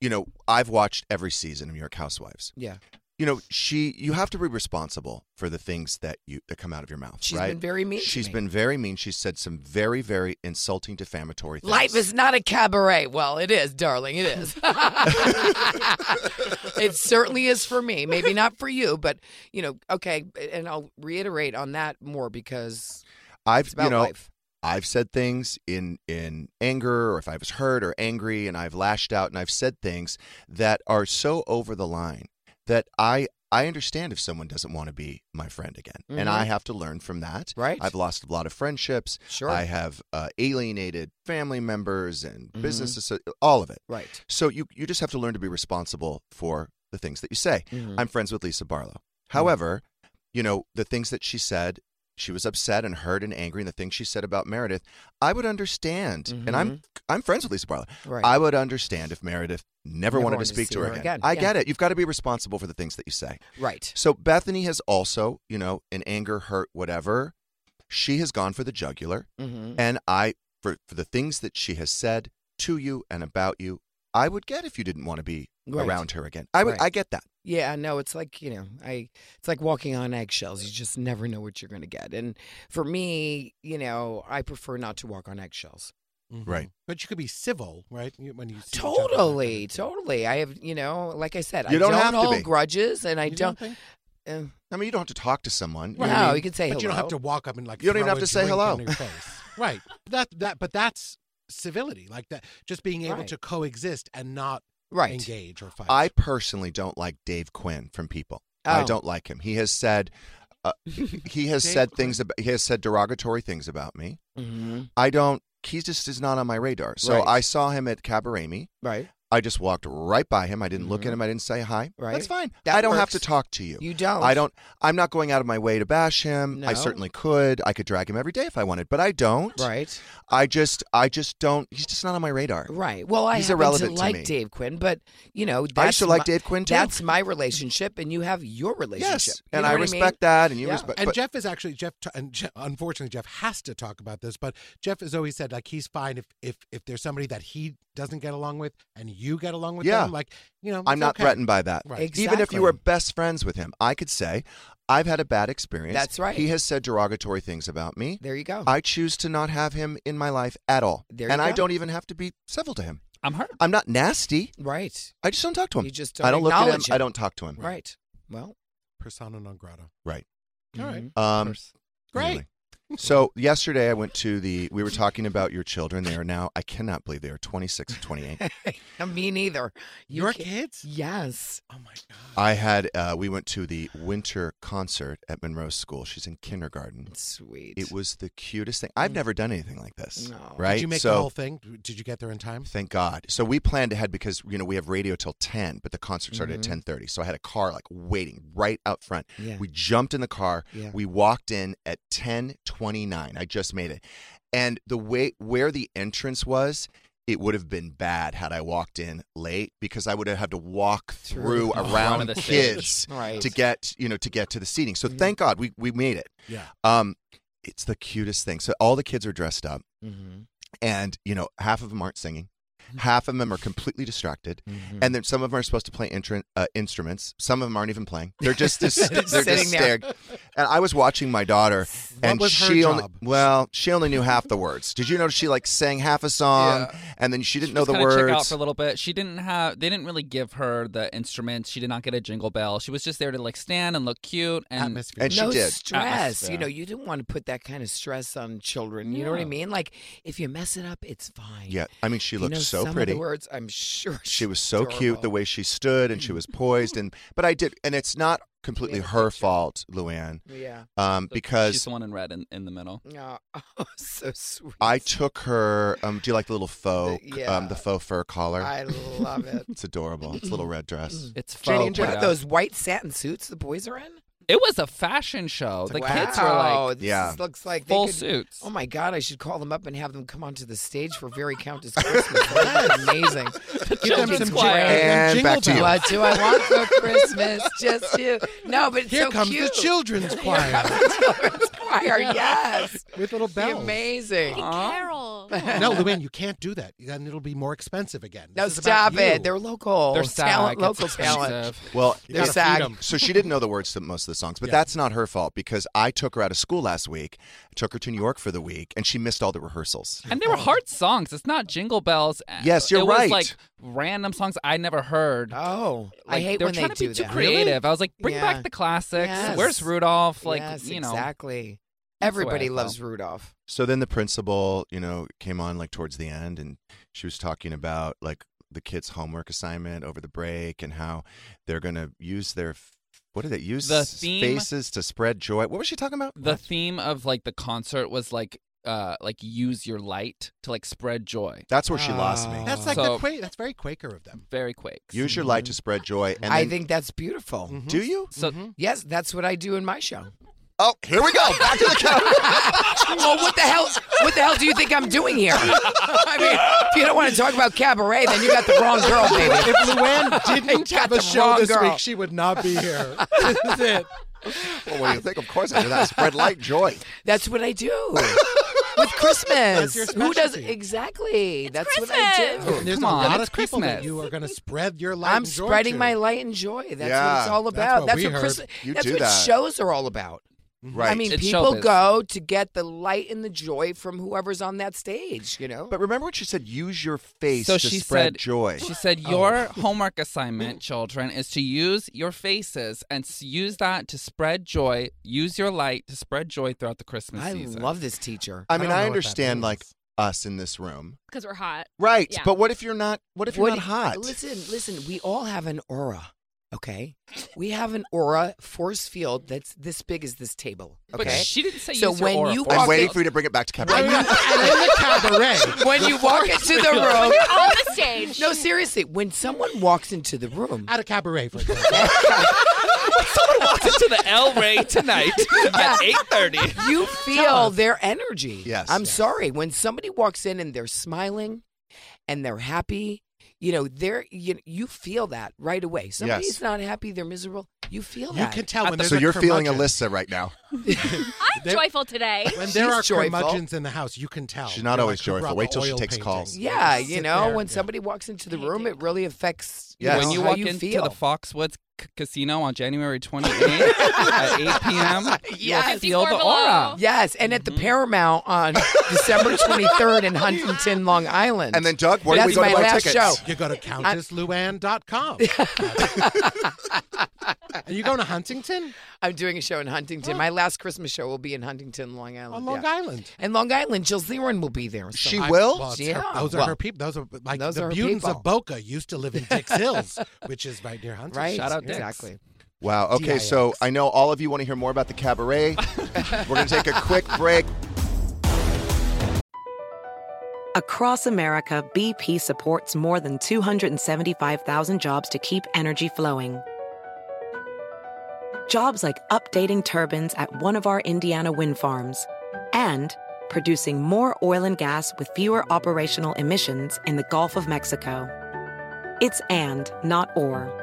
Speaker 1: You know, I've watched every season of New York Housewives.
Speaker 3: Yeah.
Speaker 1: You know, she you have to be responsible for the things that you that come out of your mouth.
Speaker 3: She's
Speaker 1: right?
Speaker 3: been very mean to
Speaker 1: She's
Speaker 3: me.
Speaker 1: been very mean. She's said some very, very insulting, defamatory things.
Speaker 3: Life is not a cabaret. Well, it is, darling. It
Speaker 1: [LAUGHS]
Speaker 3: is. it certainly is for me. Maybe not for you, but you know, okay. And I'll reiterate on that more because
Speaker 1: I've
Speaker 3: it's about
Speaker 1: you know
Speaker 3: life.
Speaker 1: I've said things in in anger or if I was hurt or angry and I've lashed out and I've said things that are so over the line that I I understand if someone doesn't want to be my friend again.
Speaker 3: Mhm.
Speaker 1: And I have to learn from that.
Speaker 3: Right.
Speaker 1: I've lost a lot of friendships.
Speaker 3: Sure.
Speaker 1: I have uh, alienated family members and
Speaker 3: Mm-hmm.
Speaker 1: business asso- all of it.
Speaker 3: Right.
Speaker 1: So you you just have to learn to be responsible for the things that you say.
Speaker 3: Mm-hmm.
Speaker 1: I'm friends with Lisa Barlow. However, you know, the things that she said, she was upset and hurt and angry and the things she said about Meredith, I would understand. And I'm I'm friends with Lisa Barlow.
Speaker 3: Mm-hmm. Right.
Speaker 1: I would understand if Meredith never,
Speaker 3: Never
Speaker 1: wanted to
Speaker 3: wanted to
Speaker 1: speak
Speaker 3: see
Speaker 1: to her
Speaker 3: her
Speaker 1: again.
Speaker 3: again.
Speaker 1: I
Speaker 3: Yeah.
Speaker 1: get it. You've got to be responsible for the things that you say.
Speaker 3: Right.
Speaker 1: So Bethany has also, you know, in anger, hurt, whatever, she has gone for the jugular.
Speaker 3: Mm-hmm.
Speaker 1: And I, for, for the things that she has said to you and about you, I would get if you didn't want to be
Speaker 3: Right.
Speaker 1: around her again. I would,
Speaker 3: Right.
Speaker 1: I get that.
Speaker 3: Yeah, no, it's like you know, I it's like walking on eggshells. You just never know what you're going to get. And for me, you know, I prefer not to walk on eggshells.
Speaker 1: Right.
Speaker 4: Mm-hmm. But you could be civil, right? You- When you see each other, that
Speaker 3: Totally,
Speaker 4: kind of thing.
Speaker 3: totally. I have, you know, like I said,
Speaker 1: You
Speaker 3: I
Speaker 1: don't
Speaker 3: don't,
Speaker 1: have to
Speaker 3: hold
Speaker 1: be.
Speaker 3: grudges, and I
Speaker 4: You
Speaker 3: don't.
Speaker 4: think-
Speaker 3: uh,
Speaker 1: I mean, you don't have to talk to someone. You know
Speaker 3: no,
Speaker 1: what I mean?
Speaker 3: you can say
Speaker 4: but
Speaker 3: hello.
Speaker 4: you don't have to walk up and like.
Speaker 1: You don't even
Speaker 4: throw
Speaker 1: have to
Speaker 4: a
Speaker 1: say
Speaker 4: drink
Speaker 1: hello.
Speaker 4: in
Speaker 1: [LAUGHS]
Speaker 4: their face. right. That that. But that's civility, like that. Just being able
Speaker 3: Right.
Speaker 4: to coexist and not
Speaker 3: right.
Speaker 4: engage or fight.
Speaker 1: I personally don't like Dave Quinn from people. I
Speaker 3: Oh.
Speaker 1: don't like him. He has said, uh, he has
Speaker 4: Dave
Speaker 1: said things about, he has said derogatory things about me.
Speaker 3: hmm
Speaker 1: I don't. He just is not on my radar. So
Speaker 3: Right.
Speaker 1: I saw him at Cabaret Me.
Speaker 3: Right.
Speaker 1: I just walked right by him. I didn't look at
Speaker 3: Mhm.
Speaker 1: him. I didn't say hi.
Speaker 3: Right.
Speaker 1: That's fine.
Speaker 3: That
Speaker 1: I don't have
Speaker 3: works.
Speaker 1: to talk to you.
Speaker 3: You don't.
Speaker 1: I don't. I'm not going out of my way to bash him. I
Speaker 3: No.
Speaker 1: certainly could. I could drag him every day if I wanted, but I don't.
Speaker 3: Right.
Speaker 1: I just. I just don't. He's just not on my radar.
Speaker 3: Right. Well, I
Speaker 1: He's
Speaker 3: happen
Speaker 1: irrelevant to
Speaker 3: to like
Speaker 1: me.
Speaker 3: Dave Quinn, but you know, that's
Speaker 1: I used to like
Speaker 3: my-
Speaker 1: Dave Quinn too.
Speaker 3: That's my relationship, and you have your relationship.
Speaker 1: Yes,
Speaker 3: You
Speaker 1: and
Speaker 3: know
Speaker 1: I
Speaker 3: what mean?
Speaker 1: respect that, and you
Speaker 3: Yeah.
Speaker 1: respect.
Speaker 4: and
Speaker 1: but-
Speaker 4: Jeff is actually Jeff, t- and Je- unfortunately Jeff has to talk about this, but Jeff has always said like he's fine if if if there's somebody that he doesn't get along with and you get along with
Speaker 1: Yeah.
Speaker 4: them, like you know,
Speaker 1: I'm
Speaker 4: it's
Speaker 1: not
Speaker 4: okay.
Speaker 1: threatened by that.
Speaker 4: Right.
Speaker 1: Even if you were
Speaker 3: Exactly.
Speaker 1: best friends with him, I could say, I've had a bad experience.
Speaker 3: That's right.
Speaker 1: He has said derogatory things about me.
Speaker 3: There you go.
Speaker 1: I choose to not have him in my life at all.
Speaker 3: There you
Speaker 1: and I
Speaker 3: go.
Speaker 1: don't even have to be civil to him.
Speaker 5: I'm hurt.
Speaker 1: I'm not nasty.
Speaker 3: right.
Speaker 1: I just don't talk to him.
Speaker 3: You just
Speaker 1: I
Speaker 3: don't
Speaker 1: don't look at him.
Speaker 3: acknowledge
Speaker 1: I
Speaker 3: him.
Speaker 1: don't talk to him.
Speaker 3: Right. Well, [LAUGHS]
Speaker 4: persona non grata.
Speaker 1: Right.
Speaker 4: All right.
Speaker 3: mhm.
Speaker 1: Um,
Speaker 5: Curse.
Speaker 4: Great.
Speaker 1: anyway. So yesterday I went to the. We were talking about your children. They are now. I cannot believe they are 26 and 28.
Speaker 3: Me neither. You
Speaker 4: Your
Speaker 3: ca-
Speaker 4: kids?
Speaker 3: Yes.
Speaker 4: Oh my god.
Speaker 1: I had. Uh, we went to the winter concert at Monroe School. She's in kindergarten.
Speaker 3: Sweet.
Speaker 1: It was the cutest thing. I've never done anything like this.
Speaker 3: No.
Speaker 1: Right?
Speaker 4: Did you make
Speaker 1: so,
Speaker 4: the whole thing? Did you get there in time?
Speaker 1: Thank God. So we planned ahead because you know we have radio till ten, but the concert started at ten thirty. So I had a car like waiting right out front.
Speaker 3: Yeah.
Speaker 1: We jumped in the car.
Speaker 3: Yeah.
Speaker 1: We walked in at ten twenty nine. I just made it, and the way where the entrance was. It would have been bad had I walked in late because I would have had to walk
Speaker 3: [LAUGHS]
Speaker 1: through
Speaker 3: Through the-
Speaker 1: around
Speaker 5: Front of the stage.
Speaker 1: kids
Speaker 3: Right.
Speaker 1: to get you know to get to the seating. So thank God we, we made it.
Speaker 4: Yeah.
Speaker 1: Um, it's the cutest thing. So all the kids are dressed up
Speaker 3: Mm-hmm.
Speaker 1: and you know half of them aren't singing half of them are completely distracted
Speaker 3: Mm-hmm.
Speaker 1: and then some of them are supposed to play intrin- uh, instruments some of them aren't even playing they're just, just they're just
Speaker 3: Sitting there.
Speaker 1: staring and i was watching my daughter and
Speaker 4: was her
Speaker 1: she only
Speaker 4: job?
Speaker 1: well she only knew half the words did you notice she like sang half a song and then she didn't know
Speaker 5: Just
Speaker 1: the
Speaker 5: kinda
Speaker 1: words
Speaker 5: Check out for a little bit. She didn't have. They didn't really give her the instruments. She did not get a jingle bell. She was just there to like stand and look cute and
Speaker 4: Atmosphere.
Speaker 1: and she
Speaker 3: no
Speaker 1: did.
Speaker 3: stress. You
Speaker 5: Atmosphere.
Speaker 3: know, you didn't want to put that kind of stress on children. You know what I
Speaker 5: Yeah.
Speaker 3: mean? Like, if you mess it up, it's fine.
Speaker 1: yeah i mean she
Speaker 3: You
Speaker 1: looked
Speaker 3: know,
Speaker 1: so
Speaker 3: some
Speaker 1: pretty
Speaker 3: Of the words, I'm sure.
Speaker 1: she was so cute the
Speaker 3: adorable.
Speaker 1: way she stood and she was poised and but i did and it's not completely
Speaker 3: have a
Speaker 1: her
Speaker 3: picture.
Speaker 1: fault luann
Speaker 3: Yeah.
Speaker 1: um, because
Speaker 5: she's the one in red in, in the middle.
Speaker 3: Yeah. [LAUGHS] Oh, so sweet.
Speaker 1: I took her. Um, do you like the little faux?
Speaker 3: The-
Speaker 1: um,
Speaker 3: yeah.
Speaker 1: the faux fur collar.
Speaker 3: I love
Speaker 1: [LAUGHS]
Speaker 3: it.
Speaker 1: it's adorable. It's a little red dress.
Speaker 5: It's
Speaker 1: Janie
Speaker 5: faux.
Speaker 1: and
Speaker 3: One
Speaker 5: but,
Speaker 3: of
Speaker 5: uh,
Speaker 3: those white satin suits the boys are in.
Speaker 5: It was a fashion show. The
Speaker 3: wow,
Speaker 5: kids were like
Speaker 3: this
Speaker 1: Yeah.
Speaker 3: is- looks like they
Speaker 5: full
Speaker 3: could-
Speaker 5: suits.
Speaker 3: Oh my God! I should call them up and have them come onto the stage for Very Countess Christmas. That's
Speaker 5: [LAUGHS]
Speaker 3: amazing.
Speaker 4: Give them
Speaker 5: Children's
Speaker 4: some
Speaker 5: choir.
Speaker 4: drag
Speaker 1: And back
Speaker 4: jingle
Speaker 1: to you.
Speaker 4: bells.
Speaker 3: What do I want for Christmas? Just you. No, but it's
Speaker 4: Here
Speaker 3: so
Speaker 4: comes
Speaker 3: cute. [LAUGHS]
Speaker 4: the [LAUGHS] children's
Speaker 3: Here
Speaker 4: choir
Speaker 3: comes the children's choir. Yes.
Speaker 4: with little
Speaker 3: Be
Speaker 4: [LAUGHS] bells.
Speaker 3: amazing.
Speaker 7: Carol. local.
Speaker 4: No, Luann, you can't do that. Then it'll be more expensive again.
Speaker 3: No,
Speaker 4: This is about
Speaker 3: stop it.
Speaker 4: you.
Speaker 3: They're local.
Speaker 5: They're
Speaker 3: talent,
Speaker 5: SAG.
Speaker 3: local
Speaker 5: It's
Speaker 3: talent.
Speaker 5: expensive.
Speaker 1: Well,
Speaker 4: You
Speaker 3: They're
Speaker 4: gotta feed
Speaker 3: SAG.
Speaker 4: 'em.
Speaker 1: so she didn't know the words to most of the songs, but
Speaker 4: Yeah.
Speaker 1: that's not her fault because I took her out of school last week, took her to New York for the week, and she missed all the rehearsals.
Speaker 5: And they were hard songs. It's not Jingle Bells.
Speaker 1: Yes, you're
Speaker 5: it
Speaker 1: right.
Speaker 5: Was like random songs I never heard.
Speaker 3: Oh, I
Speaker 5: Like,
Speaker 3: hate
Speaker 5: they're
Speaker 3: when
Speaker 5: trying
Speaker 3: they
Speaker 5: to be
Speaker 3: do
Speaker 5: too
Speaker 3: that.
Speaker 5: creative. I was like, bring
Speaker 3: Yeah.
Speaker 5: back the classics.
Speaker 3: Yes.
Speaker 5: Where's Rudolph? Like,
Speaker 3: Yes,
Speaker 5: you know,
Speaker 3: exactly.
Speaker 5: the way
Speaker 3: Everybody
Speaker 5: I
Speaker 3: loves
Speaker 5: felt.
Speaker 3: Rudolph.
Speaker 1: So then the principal, you know, came on like towards the end and she was talking about like the kids' homework assignment over the break and how they're going to use their f- what do they use
Speaker 5: The theme-
Speaker 1: faces to spread joy. What was she talking about?
Speaker 5: the theme of like the concert was like, uh, like use your light to like spread joy.
Speaker 1: That's where she lost
Speaker 5: Ah,
Speaker 1: me.
Speaker 4: That's like
Speaker 5: So-
Speaker 4: the Quaker. That's very Quaker of them.
Speaker 5: Very quick.
Speaker 1: Use your light to spread joy. And
Speaker 3: I
Speaker 1: then-
Speaker 3: think that's beautiful.
Speaker 5: Mm-hmm.
Speaker 1: do you?
Speaker 5: So
Speaker 3: Yes, that's what I do in my show.
Speaker 1: Oh, here we go. Back to the
Speaker 5: [LAUGHS]
Speaker 1: couch.
Speaker 3: well, what the hell? What the hell do you think I'm doing here? I mean, if you don't want to talk about cabaret, then you got the wrong girl, baby.
Speaker 4: If
Speaker 3: [LAUGHS]
Speaker 4: Luann didn't
Speaker 3: got
Speaker 4: have a
Speaker 3: the
Speaker 4: show
Speaker 3: wrong
Speaker 4: this
Speaker 3: girl.
Speaker 4: week, she would not
Speaker 3: [LAUGHS]
Speaker 4: be here. this is [LAUGHS] it.
Speaker 1: well, what do you think? Of course I do that. Spread light joy.
Speaker 3: That's what I
Speaker 4: [LAUGHS]
Speaker 3: do with Christmas.
Speaker 4: your
Speaker 3: Who does
Speaker 4: specialty.
Speaker 3: exactly? that's what I do.
Speaker 4: There's
Speaker 5: Come
Speaker 4: a
Speaker 5: on,
Speaker 4: lot
Speaker 5: it's
Speaker 4: of people that
Speaker 5: Christmas.
Speaker 4: you are going to spread your light.
Speaker 3: I'm
Speaker 4: and joy
Speaker 3: spreading
Speaker 4: to.
Speaker 3: my light and joy. That's what it's
Speaker 1: Yeah,
Speaker 3: all
Speaker 1: that's
Speaker 3: about.
Speaker 4: what
Speaker 3: That's
Speaker 4: we
Speaker 3: what,
Speaker 4: heard.
Speaker 3: Christmas.
Speaker 1: You
Speaker 3: that's
Speaker 1: do
Speaker 3: what
Speaker 1: that.
Speaker 3: shows are all about.
Speaker 5: Mm-hmm.
Speaker 1: Right.
Speaker 3: I mean,
Speaker 5: It's
Speaker 3: people
Speaker 5: showbiz.
Speaker 3: go to get the light and the joy from whoever's on that stage. You know.
Speaker 1: but remember what she said? Use your face
Speaker 5: so
Speaker 1: to
Speaker 5: she
Speaker 1: spread
Speaker 5: said,
Speaker 1: joy. Oh.
Speaker 5: She said,
Speaker 1: [LAUGHS]
Speaker 5: Your homework assignment, children, is to use your faces and s- use that to spread joy. Use your light to spread joy throughout the Christmas
Speaker 3: I
Speaker 5: season.
Speaker 3: love this teacher.
Speaker 1: I mean,
Speaker 4: don't know
Speaker 1: I,
Speaker 4: what that
Speaker 1: understand like
Speaker 4: means.
Speaker 1: us in this room,
Speaker 7: Because we're hot.
Speaker 1: right?
Speaker 7: Yeah.
Speaker 1: But what if you're not? What if you're not hot?
Speaker 3: Listen, listen, we all have an aura, okay? We have an aura force field that's this big as this table, okay?
Speaker 5: But she didn't say
Speaker 3: So
Speaker 5: use your
Speaker 3: when
Speaker 5: aura
Speaker 3: you
Speaker 5: for
Speaker 3: walk
Speaker 1: I'm
Speaker 5: it.
Speaker 1: waiting for you to bring it back to
Speaker 4: I mean,
Speaker 3: [LAUGHS]
Speaker 1: Cabaret.
Speaker 4: and in the cabaret.
Speaker 3: when you walk into the room,
Speaker 7: On
Speaker 3: [LAUGHS]
Speaker 7: the stage.
Speaker 3: no, seriously, when someone walks into the room, [LAUGHS]
Speaker 4: At a cabaret, for example.
Speaker 5: Listen to the El Rey tonight
Speaker 1: [LAUGHS]
Speaker 5: at 8.30.
Speaker 3: you feel their energy.
Speaker 1: Yes.
Speaker 3: I'm
Speaker 1: Yes.
Speaker 3: sorry. When somebody walks in and they're smiling and they're happy, you know, they're you, you feel that right away. Somebody's not happy, they're miserable. You feel
Speaker 4: You
Speaker 3: that.
Speaker 4: can tell when
Speaker 1: so
Speaker 4: there's
Speaker 1: you're
Speaker 4: a
Speaker 1: feeling
Speaker 4: curmudgeon.
Speaker 1: Alyssa right now.
Speaker 7: I'm
Speaker 4: They-
Speaker 7: joyful today.
Speaker 4: When there
Speaker 3: She's
Speaker 4: are
Speaker 3: joyful.
Speaker 4: curmudgeons in the house, you can tell.
Speaker 1: She's not
Speaker 4: They're
Speaker 1: always
Speaker 4: like
Speaker 1: joyful.
Speaker 4: Carrabba
Speaker 1: Wait till she
Speaker 4: oil
Speaker 1: takes
Speaker 4: paintings.
Speaker 1: calls.
Speaker 3: Yeah,
Speaker 4: Just
Speaker 3: you
Speaker 4: sit
Speaker 3: know,
Speaker 4: there.
Speaker 3: when
Speaker 4: Yeah.
Speaker 3: somebody walks into the room, it really affects you
Speaker 1: Yes.
Speaker 3: know,
Speaker 5: When you
Speaker 3: how
Speaker 5: walk
Speaker 3: you
Speaker 5: into
Speaker 3: feel.
Speaker 5: the Fox Woods c- Casino on January 28th
Speaker 1: [LAUGHS]
Speaker 5: at 8 p.m.,
Speaker 3: Yes.
Speaker 5: you'll feel
Speaker 7: 54
Speaker 5: the
Speaker 7: below.
Speaker 5: aura.
Speaker 3: Yes, and at the
Speaker 5: Mm-hmm.
Speaker 3: Paramount
Speaker 5: [LAUGHS]
Speaker 3: on December 23rd in Huntington, Long Island.
Speaker 1: And then Doug, where
Speaker 3: That's
Speaker 1: do we go
Speaker 3: my
Speaker 1: to buy
Speaker 3: last
Speaker 1: tickets?
Speaker 3: show.
Speaker 4: Oh,
Speaker 3: [LAUGHS]
Speaker 4: You go to countessluann.com. Are you going to Huntington?
Speaker 3: I'm doing a show in Huntington. My last Christmas show will be in Huntington, Long Island.
Speaker 4: On Long
Speaker 3: yeah.
Speaker 4: Island.
Speaker 3: And Long Island, Jill Zerin will be there. so-
Speaker 1: She
Speaker 4: I-
Speaker 1: will.
Speaker 4: well, it's
Speaker 3: Yeah.
Speaker 4: her- those are
Speaker 3: Well,
Speaker 4: her people. Those are like
Speaker 3: those
Speaker 4: the
Speaker 3: are her
Speaker 4: Budens
Speaker 3: people.
Speaker 4: of Boca used to live in Dix Hills, which is right near Huntington.
Speaker 3: right?
Speaker 5: Shout out Dix.
Speaker 3: exactly.
Speaker 1: wow. Okay.
Speaker 4: DIX.
Speaker 1: So I know all of you want to hear more about the cabaret. We're gonna take a quick break.
Speaker 8: Across America, BP supports more than 275,000 jobs to keep energy flowing. Jobs like updating turbines at one of our Indiana wind farms and producing more oil and gas with fewer operational emissions in the Gulf of Mexico. It's and, not or.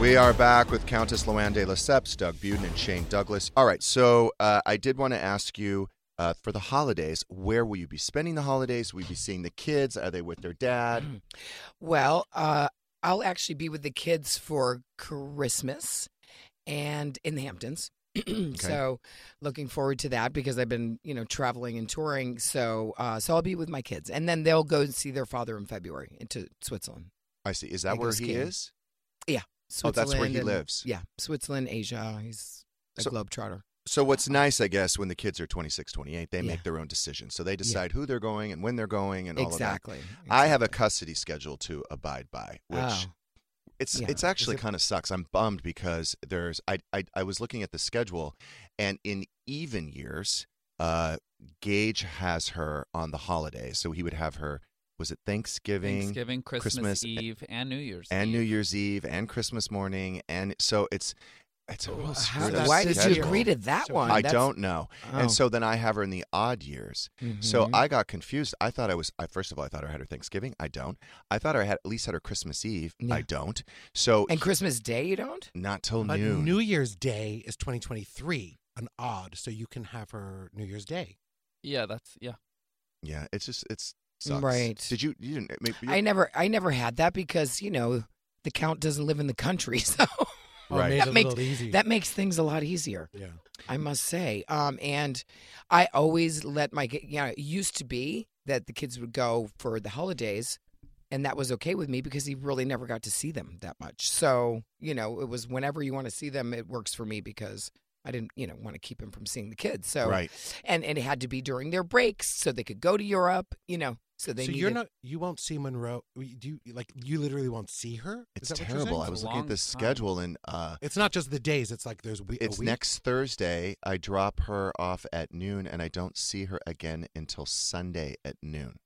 Speaker 1: We are back with Countess Loanne de Lesseps, Doug Buden, and Shane Douglas. All right, so uh, I did want to ask you uh, for the holidays, where will you be spending the holidays? Will you be seeing the kids? Are they with their dad?
Speaker 3: Well, uh, I'll actually be with the kids for Christmas and in the Hamptons. [CLEARS THROAT] So, looking forward to that because I've been, you know, traveling and touring. So, uh, so I'll be with my kids, and then they'll go and see their father in February into Switzerland.
Speaker 1: I see. Is that
Speaker 3: They go
Speaker 1: where he
Speaker 3: skiing.
Speaker 1: is?
Speaker 3: Yeah,
Speaker 1: Oh, that's where he
Speaker 3: and-
Speaker 1: lives.
Speaker 3: Yeah, Switzerland, Asia. He's a
Speaker 1: So-
Speaker 3: globetrotter.
Speaker 1: So what's nice, I guess, when the kids are 26, 28, they
Speaker 3: Yeah.
Speaker 1: make their own decisions. So they decide who they're going and when they're going and all
Speaker 3: Exactly.
Speaker 1: of that. I have a custody schedule to abide by, which
Speaker 3: Oh.
Speaker 1: it's
Speaker 3: Yeah.
Speaker 1: it's
Speaker 3: Is
Speaker 1: actually
Speaker 3: it-
Speaker 1: kind of sucks. I'm bummed because there's I, I I was looking at the schedule, and in even years, uh, Gage has her on the holidays, so he would have her. Was it Thanksgiving?
Speaker 5: Thanksgiving, Christmas,
Speaker 1: Christmas,
Speaker 5: Eve, and New Year's.
Speaker 1: and
Speaker 5: Eve.
Speaker 1: New Year's Eve and Christmas morning, and so it's it's a real
Speaker 3: Oh, How
Speaker 1: screwed
Speaker 3: did-
Speaker 1: up
Speaker 3: why did you
Speaker 1: schedule.
Speaker 3: agree to that one?
Speaker 1: I
Speaker 3: That's-
Speaker 1: don't know.
Speaker 3: Oh. Mm-hmm.
Speaker 1: And so then I have her in the odd years. So I got confused. I thought I was. I first of all, I thought I had her Thanksgiving. I don't. I thought I had at least had her Christmas Eve. I
Speaker 3: Yeah.
Speaker 1: don't. So
Speaker 3: And Christmas Day, you don't?
Speaker 1: not till
Speaker 4: But
Speaker 1: noon.
Speaker 4: New Year's Day is 2023, an odd, so you can have her New Year's Day.
Speaker 5: Yeah, that's yeah.
Speaker 1: yeah, it's just it's sucks.
Speaker 3: Right.
Speaker 1: Did you? You didn't. Maybe you-
Speaker 3: I never, I never had that because you know the count doesn't live in the country, [LAUGHS] so
Speaker 4: Oh, it
Speaker 1: Right.
Speaker 4: made
Speaker 3: that
Speaker 4: it a
Speaker 3: makes
Speaker 4: little easier.
Speaker 3: that makes things a lot easier.
Speaker 4: yeah.
Speaker 3: I must say. Um, and I always let my ki- you know, it used to be that the kids would go for the holidays and that was okay with me because he really never got to see them that much. So, you know, it was whenever you want to see them, it works for me because I didn't, you know, want to keep him from seeing the kids. So
Speaker 1: Right.
Speaker 3: and, and it had to be during their breaks so they could go to Europe, you know. So they
Speaker 4: so you're
Speaker 3: needed-
Speaker 4: not you won't see Monroe. you- Do you like you literally won't see her?
Speaker 1: It's
Speaker 4: Is that what you're
Speaker 1: terrible. I
Speaker 4: saying?
Speaker 5: It's a
Speaker 1: was looking
Speaker 5: long
Speaker 1: at this
Speaker 5: time.
Speaker 1: schedule and uh,
Speaker 4: It's not just the days. It's like there's we- a
Speaker 1: it's
Speaker 4: week.
Speaker 1: next Thursday. I drop her off at noon, and I don't see her again until Sunday at noon.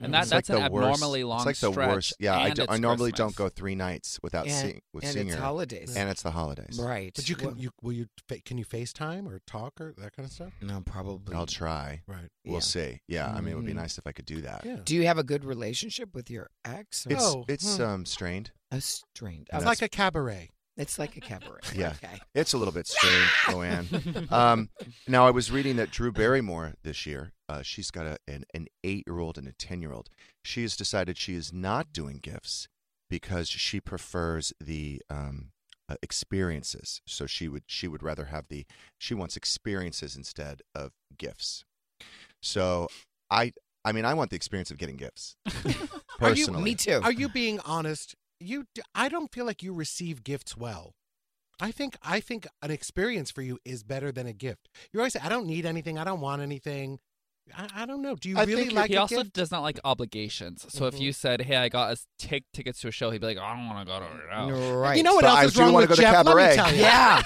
Speaker 5: And
Speaker 1: Mm-hmm.
Speaker 5: that,
Speaker 1: It's
Speaker 5: that's
Speaker 1: like
Speaker 5: an
Speaker 1: the worst-
Speaker 5: abnormally long
Speaker 1: It's like the
Speaker 5: stretch,
Speaker 1: worst. Yeah, I,
Speaker 5: and
Speaker 1: do,
Speaker 5: it's
Speaker 1: I normally
Speaker 5: Christmas.
Speaker 1: don't go three nights without
Speaker 3: and,
Speaker 1: seeing with
Speaker 3: and
Speaker 1: seeing
Speaker 3: it's
Speaker 1: her.
Speaker 3: holidays.
Speaker 1: And it's the holidays.
Speaker 3: right.
Speaker 4: But you
Speaker 3: Well,
Speaker 4: can you will you fa- can you FaceTime or talk or that kind of stuff?
Speaker 3: No, probably.
Speaker 1: I'll try.
Speaker 4: Right.
Speaker 1: We'll
Speaker 3: Yeah.
Speaker 1: see. Yeah, I mean, it would be
Speaker 3: Mm.
Speaker 1: nice if I could do that.
Speaker 4: Yeah.
Speaker 3: Do you have a good relationship with your ex? or-
Speaker 1: It's
Speaker 4: Oh,
Speaker 1: it's
Speaker 4: hmm.
Speaker 1: um strained.
Speaker 3: A strained.
Speaker 1: And
Speaker 4: It's
Speaker 3: Okay.
Speaker 4: like a cabaret.
Speaker 3: It's like a cabaret.
Speaker 1: [LAUGHS] Yeah,
Speaker 3: Okay.
Speaker 1: it's a little
Speaker 3: [LAUGHS]
Speaker 1: bit strained, Loanne. Um, now I was reading that Drew Barrymore this year, uh, she's got a, an an eight year old and a ten year old. She has decided she is not doing gifts because she prefers the um, uh, experiences. So she would she would rather have the she wants experiences instead of gifts. So I I mean I want the experience of getting gifts.
Speaker 3: [LAUGHS] Are you-
Speaker 1: Personally,
Speaker 3: me too.
Speaker 4: Are you being honest? You d- I don't feel like you receive gifts well. I think I think an experience for you is better than a gift. You always say, I don't need anything. I don't want anything. I, I don't know. Do you
Speaker 1: I
Speaker 4: really
Speaker 1: think
Speaker 4: like
Speaker 5: he
Speaker 4: a
Speaker 5: also
Speaker 4: gift?
Speaker 5: does not like obligations. So
Speaker 1: Mm-hmm.
Speaker 5: if you said, "Hey, I got us tick tickets to a show," he'd be like, "I don't want to go to a show."
Speaker 3: Right.
Speaker 4: You know what
Speaker 1: But
Speaker 4: else
Speaker 1: I
Speaker 4: is
Speaker 1: do
Speaker 4: wrong
Speaker 1: wanna
Speaker 4: with
Speaker 1: go to
Speaker 4: Jeff? Let
Speaker 1: cabaret.
Speaker 4: me tell
Speaker 3: [LAUGHS]
Speaker 4: you.
Speaker 3: Yeah.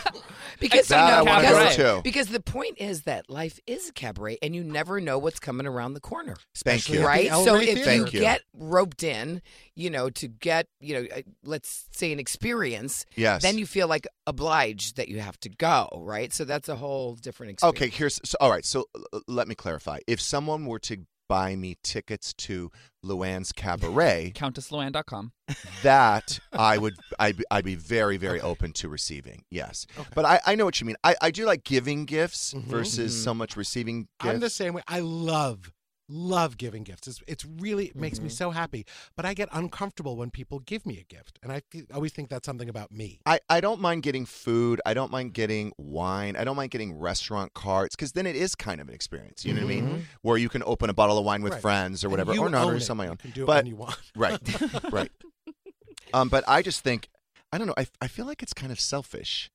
Speaker 3: Because
Speaker 5: That I
Speaker 3: you know,
Speaker 5: wanna
Speaker 3: because,
Speaker 5: go
Speaker 1: to.
Speaker 3: because the point is that life is a cabaret and you never know what's coming around the corner.
Speaker 1: Thank you.
Speaker 4: Especially at
Speaker 3: Right?
Speaker 4: the El
Speaker 3: So
Speaker 4: Rey
Speaker 3: if
Speaker 4: Theater.
Speaker 3: you
Speaker 1: Thank you.
Speaker 3: get roped in, you know, to get, you know, uh, let's say an experience,
Speaker 1: Yes.
Speaker 3: then you feel like obliged that you have to go, right? So that's a whole different experience.
Speaker 1: Okay, here's so, all right. So l- l- let me clarify. If someone were to buy me tickets to Luann's
Speaker 4: [LAUGHS]
Speaker 1: cabaret,
Speaker 5: CountessLoanne.com.
Speaker 1: that I would I'd, be- I'd be very very open to receiving. Yes, but I, I know what you
Speaker 4: Mm-hmm.
Speaker 1: mean. I, I do like giving gifts versus so much receiving gifts.
Speaker 4: I'm the same way. I love love giving gifts. It's, it's really it makes
Speaker 1: Mm-hmm.
Speaker 4: me so happy. But I get uncomfortable when people give me a gift, and I fe- always think that's something about me.
Speaker 1: I, I don't mind getting food. I don't mind getting wine. I don't mind getting restaurant cards because then it is kind of an experience. You know what I mean? Where you can open a bottle of wine with
Speaker 4: Mm-hmm. Right.
Speaker 1: friends or
Speaker 4: And
Speaker 1: whatever,
Speaker 4: you
Speaker 1: or not,
Speaker 4: own
Speaker 1: or
Speaker 4: it.
Speaker 1: some of my own.
Speaker 4: You can do it
Speaker 1: but
Speaker 4: when you want. [LAUGHS]
Speaker 5: [LAUGHS]
Speaker 1: right, right. Um, but I just think I don't know. I, I feel like it's kind of selfish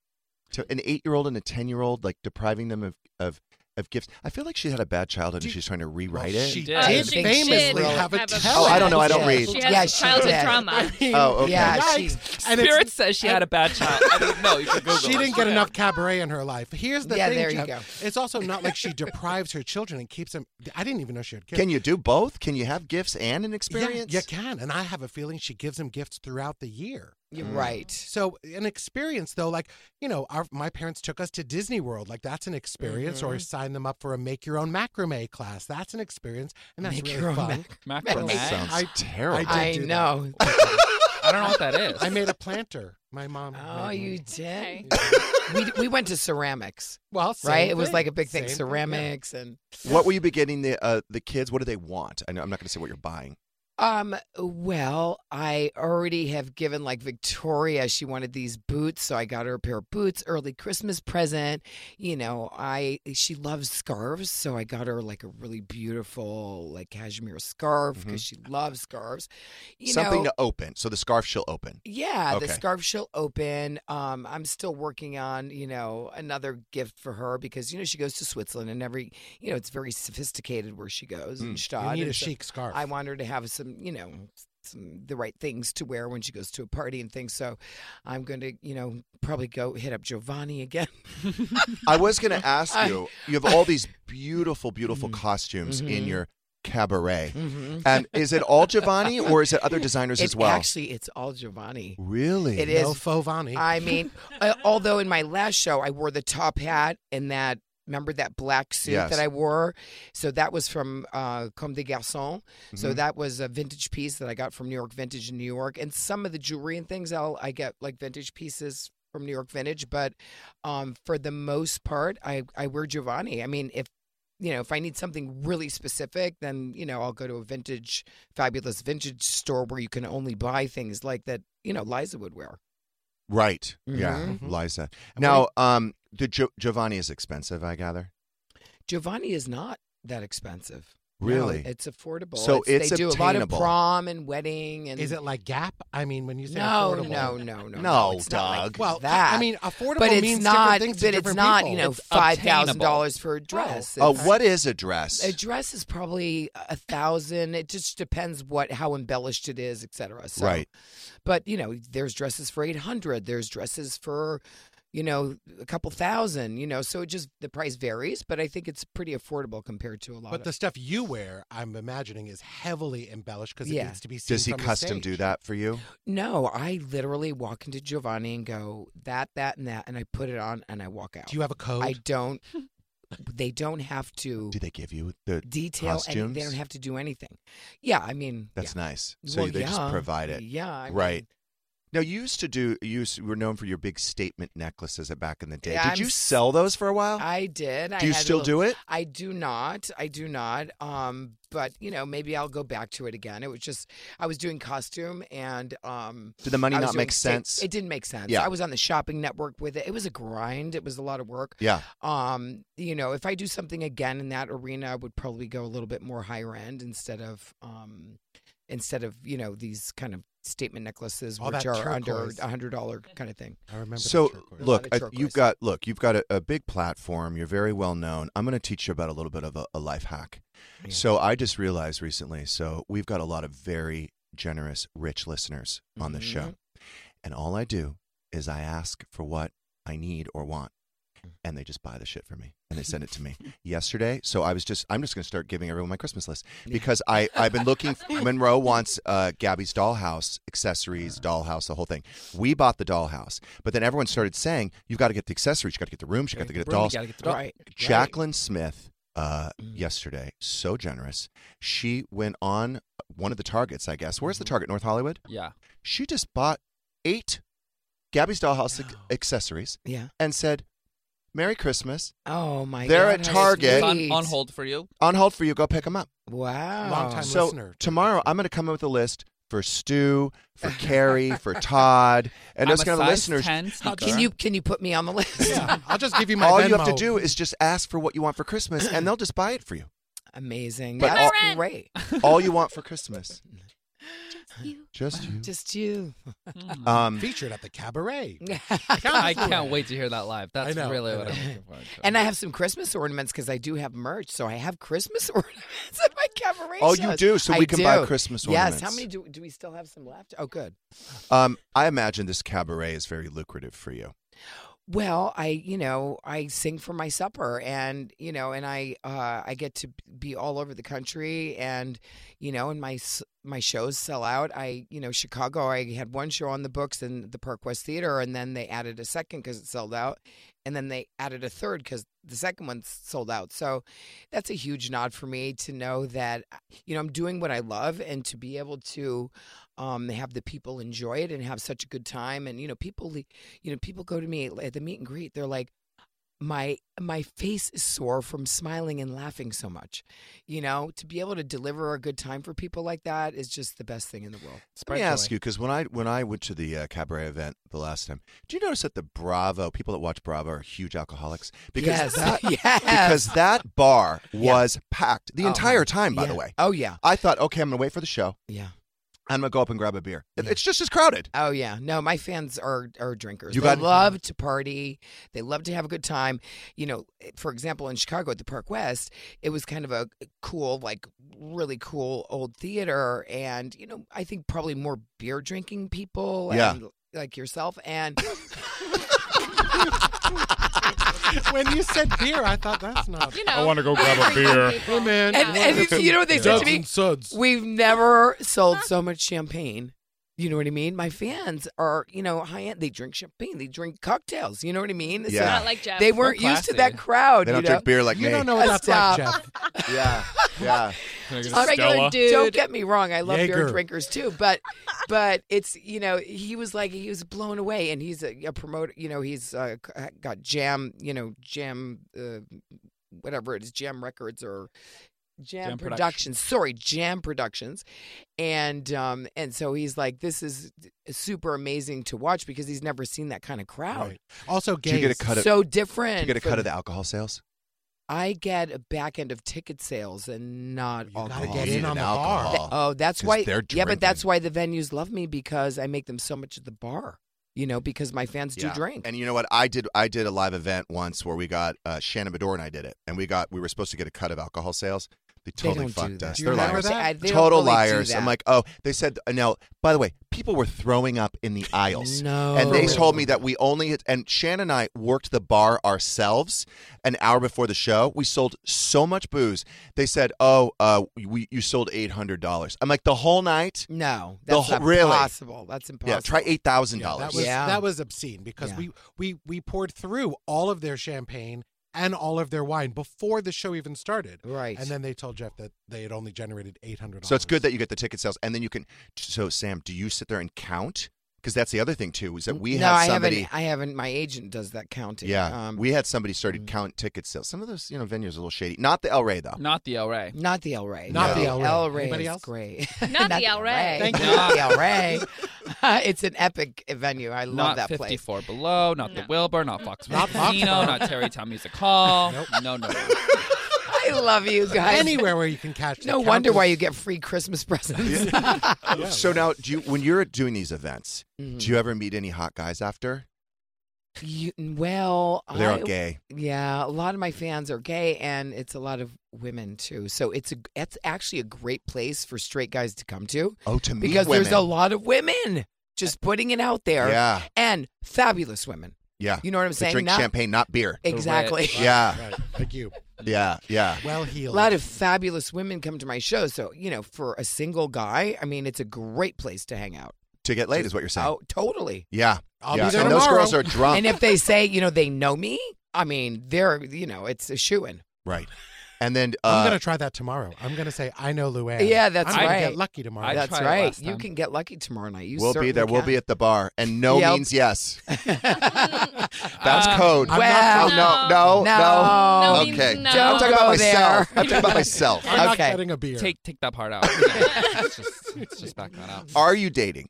Speaker 1: to an eight year old and a ten year old like depriving them of, of of gifts. I feel like she had a bad childhood and she's trying to rewrite it.
Speaker 4: she
Speaker 5: did. I
Speaker 4: did
Speaker 5: think
Speaker 4: famously
Speaker 9: she did
Speaker 4: have a
Speaker 9: have a
Speaker 1: Oh,
Speaker 4: talent.
Speaker 1: I don't know. I don't read.
Speaker 9: She has
Speaker 3: Yeah, she
Speaker 9: childhood
Speaker 3: did.
Speaker 1: [LAUGHS]
Speaker 9: trauma.
Speaker 1: Oh, okay.
Speaker 3: Yeah, she,
Speaker 4: Yikes. And it's-
Speaker 5: Spirit says she had a [LAUGHS] bad child. I mean, no, you can
Speaker 4: [LAUGHS]
Speaker 5: Google
Speaker 4: she
Speaker 5: it.
Speaker 4: didn't get enough cabaret in her life. Here's the
Speaker 3: Yeah,
Speaker 4: thing,
Speaker 3: there you
Speaker 4: Jeff.
Speaker 3: go.
Speaker 4: It's also not like she deprives her children and keeps them. I didn't even know she had kids.
Speaker 1: Can you do both? Can you have gifts and an
Speaker 4: Yeah,
Speaker 1: experience?
Speaker 4: you can, and I have a feeling she gives them gifts throughout the year.
Speaker 3: you're
Speaker 1: Mm.
Speaker 3: right.
Speaker 4: So an experience though, like you know, our my parents took us to Disney World, like that's an experience.
Speaker 3: Mm-hmm.
Speaker 4: Or sign them up for a make your own macrame class, that's an experience, and that's
Speaker 3: Make
Speaker 4: really
Speaker 3: your own
Speaker 4: fun.
Speaker 5: Macrame.
Speaker 1: That sounds
Speaker 4: I-
Speaker 1: terrible.
Speaker 4: I
Speaker 3: I
Speaker 4: did do
Speaker 3: know.
Speaker 5: [LAUGHS] I don't know what that
Speaker 4: [LAUGHS]
Speaker 5: is.
Speaker 4: I made a planter.
Speaker 3: [LAUGHS]
Speaker 4: My mom.
Speaker 3: Oh,
Speaker 4: made
Speaker 3: you
Speaker 4: one.
Speaker 3: did. we, we went to ceramics,
Speaker 4: Well, same
Speaker 3: right? It was
Speaker 4: thing.
Speaker 3: like a big thing,
Speaker 4: Same yeah.
Speaker 3: ceramics and
Speaker 1: What will you be getting the uh, the kids? What do they want? I know I'm not going to say what you're buying.
Speaker 3: Um, well, I already have given like Victoria, she wanted these boots, so I got her a pair of boots, early Christmas present. You know, I she loves scarves, so I got her like a really beautiful like cashmere scarf
Speaker 4: Mm-hmm.
Speaker 3: because she loves scarves. You
Speaker 1: Something
Speaker 3: know,
Speaker 1: to open. So the scarf she'll open.
Speaker 3: yeah, the
Speaker 1: Okay.
Speaker 3: scarf she'll open. Um, I'm still working on, you know, another gift for her because you know she goes to Switzerland and every, you know, it's very sophisticated where she goes and
Speaker 4: Mm, You
Speaker 3: Stad,
Speaker 4: need
Speaker 3: and
Speaker 4: a
Speaker 3: so
Speaker 4: chic scarf.
Speaker 3: I want her to have some, you know, some the right things to wear when she goes to a party and things. So I'm going to, you know, probably go hit up Giovanni again.
Speaker 1: I was going to ask you. You have all these beautiful, beautiful
Speaker 3: Mm-hmm.
Speaker 1: costumes in your cabaret.
Speaker 3: [LAUGHS]
Speaker 1: And is it all Giovanni or is it other designers
Speaker 3: It-
Speaker 1: Mm-hmm. as well?
Speaker 3: Actually, it's all Giovanni.
Speaker 1: really?
Speaker 3: It
Speaker 4: no
Speaker 3: is
Speaker 4: Fovani.
Speaker 3: I mean, uh, although in my last show I wore the top hat and that remember that black suit
Speaker 1: Yes.
Speaker 3: that I wore, so that was from uh, Comme des Garçons. So that was a vintage piece that I got from New York Vintage in New York, and some of the jewelry and things I'll I get like vintage pieces from New York Vintage, but um, for the most part I I wear Giovanni. I mean if. You know, if I need something really specific, then you know I'll go to a vintage, fabulous vintage store where you can only buy things like that. You know, Liza would wear.
Speaker 1: Right. Yeah,
Speaker 3: Mhm.
Speaker 1: Liza. Now, um, the Gio- Giovanni is expensive, I gather.
Speaker 3: Giovanni is not that expensive. No,
Speaker 1: Really?
Speaker 3: it's affordable.
Speaker 1: So it's
Speaker 3: they do a lot of
Speaker 1: obtainable.
Speaker 3: prom and wedding and
Speaker 4: is it like Gap? I mean, when you say
Speaker 3: no,
Speaker 4: affordable.
Speaker 3: no, no, no, no,
Speaker 1: No,
Speaker 3: It's not like
Speaker 1: Doug.
Speaker 4: Well, I-
Speaker 3: that.
Speaker 4: I mean, affordable
Speaker 3: but it's
Speaker 4: means different
Speaker 3: not.
Speaker 4: things to
Speaker 3: but it's
Speaker 4: different
Speaker 3: not.
Speaker 4: people.
Speaker 3: You know,
Speaker 5: It's
Speaker 3: five
Speaker 5: obtainable.
Speaker 3: thousand dollars for a dress.
Speaker 1: Oh,
Speaker 3: It's-
Speaker 1: what is a dress?
Speaker 3: A dress is probably a thousand. It just depends what how embellished it is, et cetera. So,
Speaker 1: Right.
Speaker 3: But you know, there's dresses for eight hundred. There's dresses for, you know, a couple thousand. You know, so it just the price varies. But I think it's pretty affordable compared to a lot.
Speaker 4: But
Speaker 3: of
Speaker 4: the stuff you wear, I'm imagining, is heavily embellished because it
Speaker 3: Yeah.
Speaker 4: needs to be seen.
Speaker 1: Does he
Speaker 4: from the
Speaker 1: custom
Speaker 4: stage.
Speaker 1: do that for you?
Speaker 3: No, I literally walk into Giovanni and go that, that, and that, and I put it on and I walk out.
Speaker 4: Do you have a code?
Speaker 3: I
Speaker 1: [LAUGHS]
Speaker 3: don't. they don't have to
Speaker 1: Do they give you the
Speaker 3: detail. And
Speaker 1: costumes?
Speaker 3: they don't have to do anything. Yeah, I mean
Speaker 1: That's
Speaker 3: yeah.
Speaker 1: nice. So
Speaker 3: Well,
Speaker 1: they just
Speaker 3: yeah.
Speaker 1: provide it.
Speaker 3: Yeah, I
Speaker 1: Right.
Speaker 3: mean,
Speaker 1: Now you used to do. You used, you were known for your big statement necklaces at back in the day.
Speaker 3: Yeah,
Speaker 1: Did
Speaker 3: I'm
Speaker 1: you
Speaker 3: s-
Speaker 1: sell those for a while?
Speaker 3: I did. I
Speaker 1: do you
Speaker 3: had a
Speaker 1: still
Speaker 3: little-
Speaker 1: do it?
Speaker 3: I do not. I do not. Um, but you know, maybe I'll go back to it again. It was just I was doing costume and um.
Speaker 1: Did the money
Speaker 3: I was
Speaker 1: not
Speaker 3: doing
Speaker 1: make
Speaker 3: sta-
Speaker 1: sense?
Speaker 3: It didn't make sense.
Speaker 1: Yeah.
Speaker 3: I was on the shopping network with it. It was a grind. It was a lot of work.
Speaker 1: yeah.
Speaker 3: um you know if i do something again in that arena i would probably go a little bit more higher end instead of um instead of you know these kind of statement necklaces
Speaker 4: All
Speaker 3: which
Speaker 4: that
Speaker 3: are under
Speaker 4: turquoise.
Speaker 3: a hundred dollar kind of thing
Speaker 4: I remember.
Speaker 1: So
Speaker 4: the turquoise.
Speaker 1: look,
Speaker 3: A
Speaker 1: I,
Speaker 3: lot of
Speaker 1: you've
Speaker 3: turquoise.
Speaker 1: got look, you've got a, a big platform. You're very well known. I'm going to teach you about a little bit of a, a life hack. So I just realized recently. So we've got a lot of very generous, rich listeners on the show, and all I do is I ask for what I need or want. And they just buy the shit for me, and they send it to me yesterday. So I was just, I'm just gonna start giving everyone my Christmas list because I, I've been looking. Monroe wants uh, Gabby's dollhouse accessories, dollhouse, the whole thing. We bought the dollhouse, but then everyone started saying, "You've got to get the accessories, you got to get the rooms, you got to get the dolls."
Speaker 5: Gotta get the doll.
Speaker 3: right
Speaker 1: Jacqueline Smith uh, yesterday, so generous. She went on one of the targets, I guess. Where's the target? North Hollywood.
Speaker 5: Yeah.
Speaker 1: She just bought eight Gabby's dollhouse ac- accessories
Speaker 3: yeah
Speaker 1: and said, Merry Christmas.
Speaker 3: Oh my
Speaker 1: They're
Speaker 3: God,
Speaker 1: at
Speaker 3: how
Speaker 1: Target.
Speaker 5: On, on hold for you.
Speaker 1: On hold for you. Go pick them up.
Speaker 3: Wow.
Speaker 4: Long-time
Speaker 1: so
Speaker 4: listener.
Speaker 1: tomorrow I'm going to come up with a list for Stu, for Carrie, for Todd, and
Speaker 5: I'm
Speaker 1: those
Speaker 5: a
Speaker 1: kind of
Speaker 5: size
Speaker 1: listeners.
Speaker 5: 10
Speaker 3: How-
Speaker 5: sneaker.
Speaker 3: Can
Speaker 5: [LAUGHS]
Speaker 3: you can you put me on the list?
Speaker 4: Yeah, I'll just
Speaker 1: [LAUGHS]
Speaker 4: give you my
Speaker 1: All you have to
Speaker 4: Venmo.
Speaker 1: do is just ask for what you want for Christmas, and they'll just buy it for you.
Speaker 3: [LAUGHS] Amazing.
Speaker 1: But
Speaker 3: That's
Speaker 1: all-
Speaker 3: great.
Speaker 1: All you want for Christmas,
Speaker 2: You.
Speaker 1: just you.
Speaker 3: Just you. [LAUGHS]
Speaker 1: Um,
Speaker 4: Featured at the cabaret.
Speaker 5: I can't wait to hear that live. That's
Speaker 4: I know,
Speaker 5: really
Speaker 4: I
Speaker 5: what [LAUGHS]
Speaker 4: know.
Speaker 5: I'm looking forward to.
Speaker 3: And I have some Christmas ornaments because I do have merch. So I have Christmas [LAUGHS] ornaments at my cabaret.
Speaker 1: Oh, you
Speaker 3: shows.
Speaker 1: do? So
Speaker 3: I
Speaker 1: we can buy
Speaker 3: do.
Speaker 1: Christmas
Speaker 3: Yes. How
Speaker 1: ornaments.
Speaker 3: many do, do we still have some left? Oh, good.
Speaker 1: um, I imagine this cabaret is very lucrative for you.
Speaker 3: Well, I you know I sing for my supper, and you know, and I uh, I get to be all over the country, and you know, and my s- my shows sell out. I you know Chicago, I had one show on the books in the Park West Theater, and then they added a second because it sold out, and then they added a third because the second one sold out. So that's a huge nod for me to know that uh, you know I'm doing what I love, and to be able to um, have the people enjoy it and have such a good time. And you know, people, le- you know, people go to me at- at the meet and greet. They're like, my my face is sore from smiling and laughing so much. You know, to be able to deliver a good time for people like that is just the best thing in the world.
Speaker 1: Let me ask you because when I when I went to the uh, cabaret event the last time, do you notice that the Bravo people that watch Bravo are huge alcoholics?
Speaker 3: yes,
Speaker 1: Because that
Speaker 4: [LAUGHS]
Speaker 3: yes.
Speaker 1: because that bar
Speaker 3: Yeah.
Speaker 1: was packed the
Speaker 3: Oh,
Speaker 1: entire time. By
Speaker 3: yeah.
Speaker 1: the way,
Speaker 3: Oh yeah,
Speaker 1: I thought, okay, I'm gonna wait for the show.
Speaker 3: yeah.
Speaker 1: I'm gonna go up and grab a beer. It-
Speaker 3: Yeah.
Speaker 1: It's just as crowded.
Speaker 3: Oh yeah, no, my fans are are drinkers.
Speaker 1: You
Speaker 3: they
Speaker 1: got-
Speaker 3: love to party. They love to have a good time. You know, for example, in Chicago at the Park West, it was kind of a cool, like really cool old theater, and you know, I think probably more beer drinking people.
Speaker 1: Yeah.
Speaker 3: And, like yourself and
Speaker 4: [LAUGHS] when you said beer, I thought that's not.
Speaker 7: You know,
Speaker 9: I want to go grab a beer.
Speaker 4: Hey man,
Speaker 3: and, and you know what they said to
Speaker 4: Duds
Speaker 3: me?
Speaker 4: and suds.
Speaker 3: We've never sold so much champagne. You know what I mean? My fans are, you know, high end. They drink champagne. They drink cocktails. You know what I mean? So
Speaker 1: Yeah. Not
Speaker 10: like Jeff.
Speaker 3: They weren't used to that
Speaker 5: classy.
Speaker 3: crowd.
Speaker 1: They don't
Speaker 3: you know?
Speaker 1: drink beer like
Speaker 4: Oh, you
Speaker 1: me.
Speaker 4: don't know what that's
Speaker 3: Stop.
Speaker 4: like, Jeff.
Speaker 1: [LAUGHS] Yeah, yeah.
Speaker 4: [LAUGHS]
Speaker 10: Just regular
Speaker 9: Stella.
Speaker 10: dude.
Speaker 3: Don't get me wrong, I love beer
Speaker 4: Jaeger.
Speaker 3: drinkers too, but [LAUGHS] but it's you know he was like he was blown away, and he's a, a promoter. You know he's uh, c- got Jam, you know Jam, uh, whatever it is, Jam Records or Jam,
Speaker 5: Jam
Speaker 3: Productions.
Speaker 5: Productions.
Speaker 3: Sorry, Jam Productions, and um and so he's like this is super amazing to watch because he's never seen that kind of crowd.
Speaker 4: Right. Also,
Speaker 1: Do
Speaker 4: gays.
Speaker 1: you get a cut of?
Speaker 3: So
Speaker 1: do
Speaker 3: different.
Speaker 1: you get a
Speaker 3: from-
Speaker 1: cut of the alcohol sales?
Speaker 3: I get a back end of ticket sales and not
Speaker 4: You
Speaker 3: all.
Speaker 4: gotta
Speaker 1: Oh,
Speaker 4: get
Speaker 1: you
Speaker 4: in
Speaker 1: need
Speaker 4: on
Speaker 1: an
Speaker 4: the bar.
Speaker 1: alcohol.
Speaker 3: Oh, that's
Speaker 1: 'Cause
Speaker 3: why.
Speaker 1: they're
Speaker 3: yeah, but that's
Speaker 1: drinking.
Speaker 3: why the venues love me because I make them so much at the bar. You know, because my fans do
Speaker 1: Yeah.
Speaker 3: drink.
Speaker 1: And you know what? I did. I did a live event once where we got uh, Shannon Bedore and I did it, and we got we were supposed to get a cut of alcohol sales. They totally
Speaker 3: they don't do
Speaker 1: fucked
Speaker 3: that.
Speaker 1: us.
Speaker 4: Do you
Speaker 1: They're
Speaker 4: remember
Speaker 1: liars.
Speaker 4: that?
Speaker 3: I- they don't
Speaker 1: Total
Speaker 3: really do
Speaker 1: liars. I'm
Speaker 3: that.
Speaker 1: like, oh, they said. Now, by the way, people were throwing up in the aisles.
Speaker 3: No.
Speaker 1: And they told me that we only and Shannon and I worked the bar ourselves an hour before the show. We sold so much booze. They said, "Oh, uh, we you sold eight hundred dollars." I'm like, the whole night.
Speaker 3: no,
Speaker 1: The
Speaker 3: that's
Speaker 1: whole-
Speaker 3: not
Speaker 1: really?
Speaker 3: possible. That's impossible.
Speaker 1: Yeah, try eight thousand
Speaker 4: Yeah, that
Speaker 1: dollars.
Speaker 4: was
Speaker 3: Yeah.
Speaker 4: that was obscene because
Speaker 3: Yeah.
Speaker 4: we we we poured through all of their champagne and all of their wine before the show even started.
Speaker 3: Right.
Speaker 4: And then they told Jeff that they had only generated eight hundred.
Speaker 1: So it's good that you get the ticket sales, and then you can. So Sam, do you sit there and count? Because that's the other thing too, is that we
Speaker 3: no,
Speaker 1: had
Speaker 3: I
Speaker 1: somebody.
Speaker 3: haven't. I haven't. My agent does that counting.
Speaker 1: yeah,
Speaker 3: Um,
Speaker 1: we had somebody started count ticket sales. Some of those, you know, venues are a little shady. Not the El Rey though.
Speaker 5: Not the LRA.
Speaker 3: not the El Rey.
Speaker 4: Not
Speaker 1: No.
Speaker 4: the El Rey.
Speaker 3: El Rey
Speaker 4: Anybody
Speaker 3: is
Speaker 4: else?
Speaker 3: great. [LAUGHS]
Speaker 10: Not the El Rey.
Speaker 4: Thank you.
Speaker 3: Not the El Rey. [LAUGHS] it's an epic venue. I love
Speaker 5: not
Speaker 3: that place.
Speaker 5: 54 Below, not the Wilbur, not Fox
Speaker 4: Not
Speaker 5: Casino,
Speaker 4: Foxborough.
Speaker 5: not Terrytown Music [LAUGHS] Hall.
Speaker 4: Nope.
Speaker 5: No, no, no.
Speaker 3: [LAUGHS] I love you guys.
Speaker 4: Anywhere where you can catch. the
Speaker 3: No wonder why
Speaker 4: countless-
Speaker 3: you get free
Speaker 1: [LAUGHS]
Speaker 3: Christmas presents. [LAUGHS]
Speaker 4: [LAUGHS] Yeah,
Speaker 1: So
Speaker 4: right.
Speaker 1: now, do you when you're doing these events,
Speaker 3: Mhm.
Speaker 1: do you ever meet any hot guys after?
Speaker 3: You, well,
Speaker 1: They're
Speaker 3: I,
Speaker 1: all gay.
Speaker 3: Yeah, a lot of my fans are gay, and it's a lot of women too. So it's a it's actually a great place for straight guys to come to
Speaker 1: Oh, to meet
Speaker 3: because
Speaker 1: women.
Speaker 3: there's a lot of women. Just putting it out there,
Speaker 1: Yeah,
Speaker 3: and fabulous women.
Speaker 1: yeah.
Speaker 3: You know what I'm
Speaker 1: They
Speaker 3: saying?
Speaker 1: drink
Speaker 3: Not-
Speaker 1: champagne, not beer.
Speaker 3: Exactly.
Speaker 5: Correct.
Speaker 1: Yeah,
Speaker 4: Right. Like you.
Speaker 1: yeah, yeah.
Speaker 4: Well
Speaker 3: A
Speaker 4: healed.
Speaker 3: lot of fabulous women come to my show. So, you know, for a single guy, I mean, it's a great place to hang out.
Speaker 1: To get laid is what you're saying. Uh.
Speaker 3: Oh, totally.
Speaker 1: Yeah,
Speaker 4: I'll
Speaker 1: yeah.
Speaker 4: be there
Speaker 1: and those
Speaker 4: tomorrow.
Speaker 1: girls are drunk,
Speaker 3: And if they say, you know, they know me, I mean, they're, you know, it's a shoe in.
Speaker 1: right? And then uh,
Speaker 4: I'm gonna try that tomorrow. I'm gonna say I know Luann.
Speaker 3: Yeah, that's
Speaker 4: I'm gonna
Speaker 3: right.
Speaker 4: Get lucky tomorrow.
Speaker 3: that's right. You can get lucky tomorrow night. You
Speaker 1: we'll be
Speaker 3: certainly
Speaker 1: there. We'll
Speaker 3: can.
Speaker 1: be at the bar, and no
Speaker 3: Yep.
Speaker 1: means yes.
Speaker 3: [LAUGHS]
Speaker 1: That's code.
Speaker 3: I'm not- Uh,
Speaker 1: oh, [LAUGHS] no, no,
Speaker 3: No.
Speaker 1: no.
Speaker 3: No means
Speaker 1: Okay,
Speaker 3: no.
Speaker 1: I'm talking about
Speaker 3: Don't go there.
Speaker 1: myself. I'm talking about myself.
Speaker 5: I'm not
Speaker 1: Okay.
Speaker 5: getting
Speaker 4: a beer.
Speaker 5: Take take
Speaker 3: [LAUGHS]
Speaker 5: that part out. let's, just, let's just back that out.
Speaker 1: Are you dating?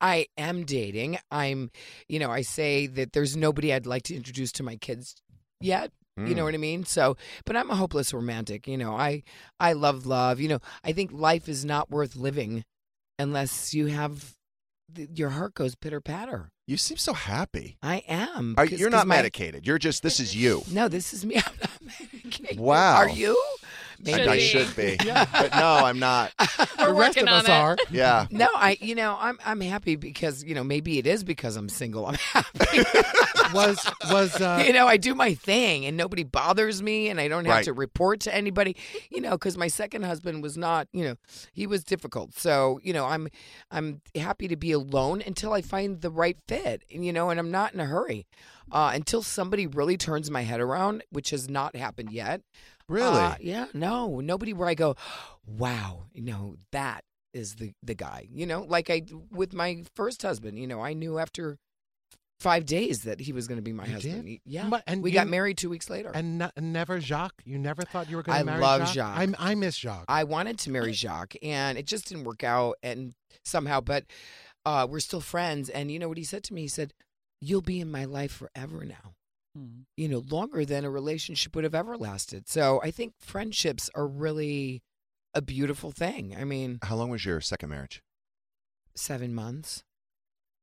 Speaker 3: I am dating. I'm, you know, I say that there's nobody I'd like to introduce to my kids yet.
Speaker 1: Hmm.
Speaker 3: You know
Speaker 9: Mm.
Speaker 3: what I mean? So, but I'm a hopeless romantic. You know, I I love love. You know, I think life is not worth living unless you have th- your heart goes pitter patter.
Speaker 1: You seem so happy.
Speaker 3: I am.
Speaker 1: Are,
Speaker 3: 'cause-
Speaker 1: you're
Speaker 3: 'cause
Speaker 1: not
Speaker 3: my-
Speaker 1: medicated. You're just. This is you.
Speaker 3: No, this is me. [LAUGHS] I'm not medicated.
Speaker 1: Wow.
Speaker 3: Are you?
Speaker 1: I, I should be.
Speaker 3: [LAUGHS] Yeah.
Speaker 1: But no, I'm not. [LAUGHS]
Speaker 3: The rest of us are.
Speaker 1: Yeah.
Speaker 3: [LAUGHS] No, uh, I. You know, I'm. I'm happy because you know maybe it is because I'm single. I'm [LAUGHS] happy.
Speaker 4: was was
Speaker 3: [LAUGHS]
Speaker 4: uh,
Speaker 3: you know, I do my thing and nobody bothers me and I don't have
Speaker 4: Right.
Speaker 3: to report to anybody, you know, cuz my second husband was not, you know, he was difficult. So, you know, I'm I'm happy to be alone until I find the right fit, and, you know, and I'm not in a hurry. Uh, until somebody really turns my head around, which has not happened yet.
Speaker 1: Really?
Speaker 3: Uh, yeah, no, nobody where I go, wow, you know, that is the the guy. You know, like I with my first husband, you know, I knew after five days that he was going to be my
Speaker 4: You
Speaker 3: husband.
Speaker 4: did?
Speaker 3: He- Yeah,
Speaker 4: But- and
Speaker 3: we
Speaker 4: you-
Speaker 3: got married two weeks later.
Speaker 4: and no- never Jacques. You never thought you were gonna
Speaker 3: I
Speaker 4: marry
Speaker 3: love
Speaker 4: Jacques.
Speaker 3: Jacques.
Speaker 4: I'm- I miss Jacques.
Speaker 3: I wanted to marry Jacques, and it just didn't work out, and somehow, but uh, we're still friends. And you know what he said to me? He said, "You'll be in my life forever now." You know, longer than a relationship would have ever lasted. So I think friendships are really a beautiful thing. I mean,
Speaker 1: How long was your second marriage?
Speaker 3: seven months.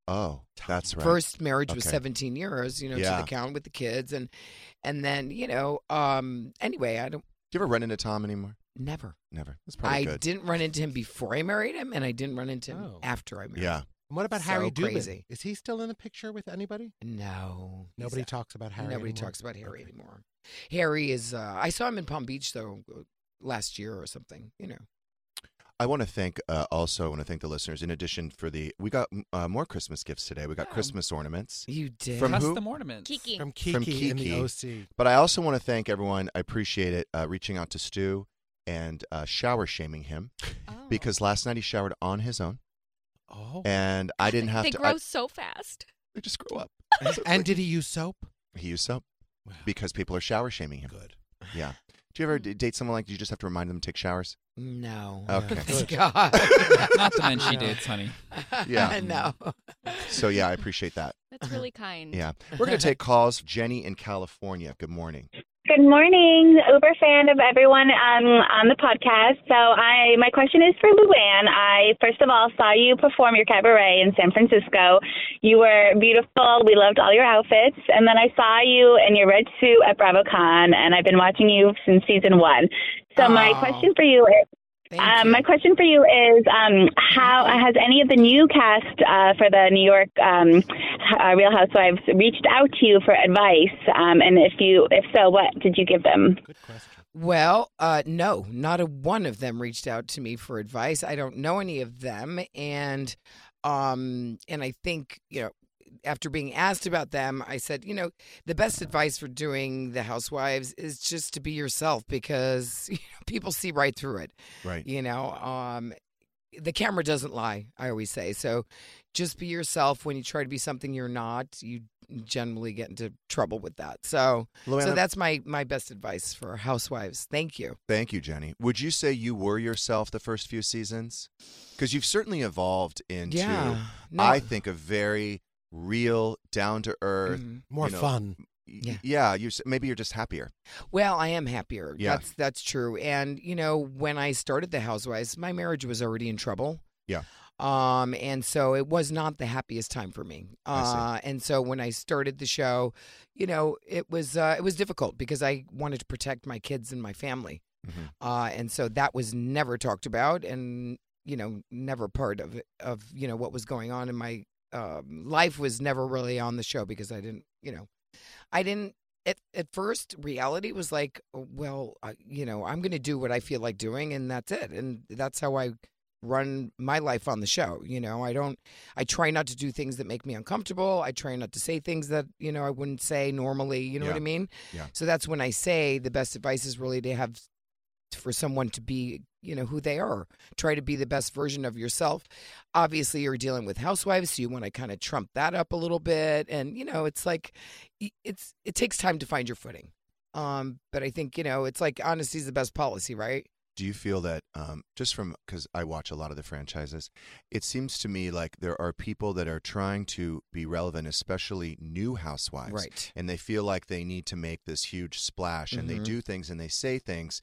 Speaker 1: Oh, that's right.
Speaker 3: First marriage was
Speaker 1: Okay.
Speaker 3: 17 years, you know,
Speaker 1: Yeah.
Speaker 3: to the count with the kids, and and then you know, um, anyway, I don't
Speaker 1: Do you ever run into Tom anymore?
Speaker 3: never.
Speaker 1: Never. That's probably
Speaker 3: I
Speaker 1: good.
Speaker 3: didn't run into him before I married him, and I didn't run into him
Speaker 4: Oh.
Speaker 3: after I married.
Speaker 1: Yeah.
Speaker 3: him.
Speaker 4: And what about
Speaker 3: So
Speaker 4: Harry Dubin?
Speaker 3: Crazy.
Speaker 4: Is he still in the picture with anybody?
Speaker 3: No, he's
Speaker 4: Nobody
Speaker 3: out.
Speaker 4: talks about Harry.
Speaker 3: Nobody
Speaker 4: anymore.
Speaker 3: talks about Harry anymore. Harry is. Uh, I saw him in Palm Beach though uh, last year or something. You know.
Speaker 1: I want to thank uh, also. I want to thank the listeners. In addition, for the we got uh, more Christmas gifts today. We got Christmas ornaments.
Speaker 3: You did
Speaker 1: from who?
Speaker 5: Custom ornaments.
Speaker 10: Kiki.
Speaker 4: From Kiki, in the OC.
Speaker 1: But I also want to thank everyone. I appreciate it uh, reaching out to Stu and uh, shower shaming him
Speaker 10: Oh.
Speaker 1: because last night he showered on his own,
Speaker 4: Oh.
Speaker 1: and I didn't have
Speaker 10: they
Speaker 1: to.
Speaker 10: grow
Speaker 1: I-
Speaker 10: so fast.
Speaker 1: they just
Speaker 10: [LAUGHS]
Speaker 1: grow up.
Speaker 4: and did he use soap?
Speaker 1: He used soap because people are shower shaming him. Good. Yeah. Do you ever
Speaker 10: Hmm.
Speaker 1: d- date someone like? Do you just have to remind them to take showers?
Speaker 3: No. Oh,
Speaker 1: Okay.
Speaker 3: God.
Speaker 5: Not the
Speaker 3: [LAUGHS]
Speaker 5: men she dates, honey.
Speaker 1: Yeah.
Speaker 3: no.
Speaker 1: So yeah, I appreciate that.
Speaker 10: That's really kind.
Speaker 1: Yeah. We're
Speaker 10: [LAUGHS]
Speaker 1: going to take calls. Jenny in California. Good morning.
Speaker 11: Good morning, uber fan of everyone um, on the podcast. So, I my question is for Luann. I first of all saw you perform your cabaret in San Francisco. You were beautiful. We loved all your outfits, and then I saw you in your red suit at BravoCon, and I've been watching you since season one. So, my
Speaker 12: Aw.
Speaker 11: question for you is. Um, my question for you is: um, How has any of the new cast uh, for the New York um, h- uh, Real Housewives reached out to you for advice? Um, and if you, if so, what did you give them?
Speaker 3: Well, uh, no, not a one of them reached out to me for advice. I don't know any of them, and um, and I think you know, after being asked about them, I said, you know, the best advice for doing the housewives is just to be yourself because [LAUGHS] you know, people see right through it.
Speaker 1: Right.
Speaker 3: You know, um, the camera doesn't lie. I always say so. Just be yourself. When you try to be something you're not, you generally get into trouble with that. So, so
Speaker 1: Luann,
Speaker 3: that's my my best advice for housewives. Thank you.
Speaker 1: Thank you, Jenny. Would you say you were yourself the first few seasons? Because you've certainly evolved into,
Speaker 3: Yeah. No.
Speaker 1: I think, a very real, down to earth,
Speaker 3: Mhm. More fun.
Speaker 1: Yeah. yeah you, s- maybe you're just happier.
Speaker 3: Well, I am happier.
Speaker 1: Yeah.
Speaker 3: That's that's true. And you know, when I started the housewives, my marriage was already in trouble.
Speaker 1: Yeah.
Speaker 3: Um, and so it was not the happiest time for me.
Speaker 1: I
Speaker 3: Uh, and so when I started the show, you know, it was uh, it was difficult because I wanted to protect my kids and my family,
Speaker 1: Mm-hmm.
Speaker 3: uh, and so that was never talked about, and you know, never part of of you know what was going on in my um, life was never really on the show because I didn't, you know, I didn't. At, at first, reality was "Oh, like, well, I, you know, I'm going to do what I feel like doing, and that's it, and that's how I run my life on the show. You know, I don't, I try not to do things that make me uncomfortable. I try not to say things that, you know, I wouldn't say normally. You know what
Speaker 9: Yeah.
Speaker 3: I mean?
Speaker 9: Yeah.
Speaker 3: So that's when I say the best advice is really to have, for someone to be, you know, who they are. Try to be the best version of yourself. Obviously, you're dealing with housewives, so you want to kind of trump that up a little bit. And, you know, it's like, y- it's, it takes time to find your footing. Um, but I think, you know, it's like honesty is the best policy, right?
Speaker 1: Do you feel that um, just from because I watch a lot of the franchises, it seems to me like there are people that are trying to be relevant, especially new housewives,
Speaker 3: Right.
Speaker 1: And they feel like they need to make this huge splash, and
Speaker 3: Mhm.
Speaker 1: they do things and they say things.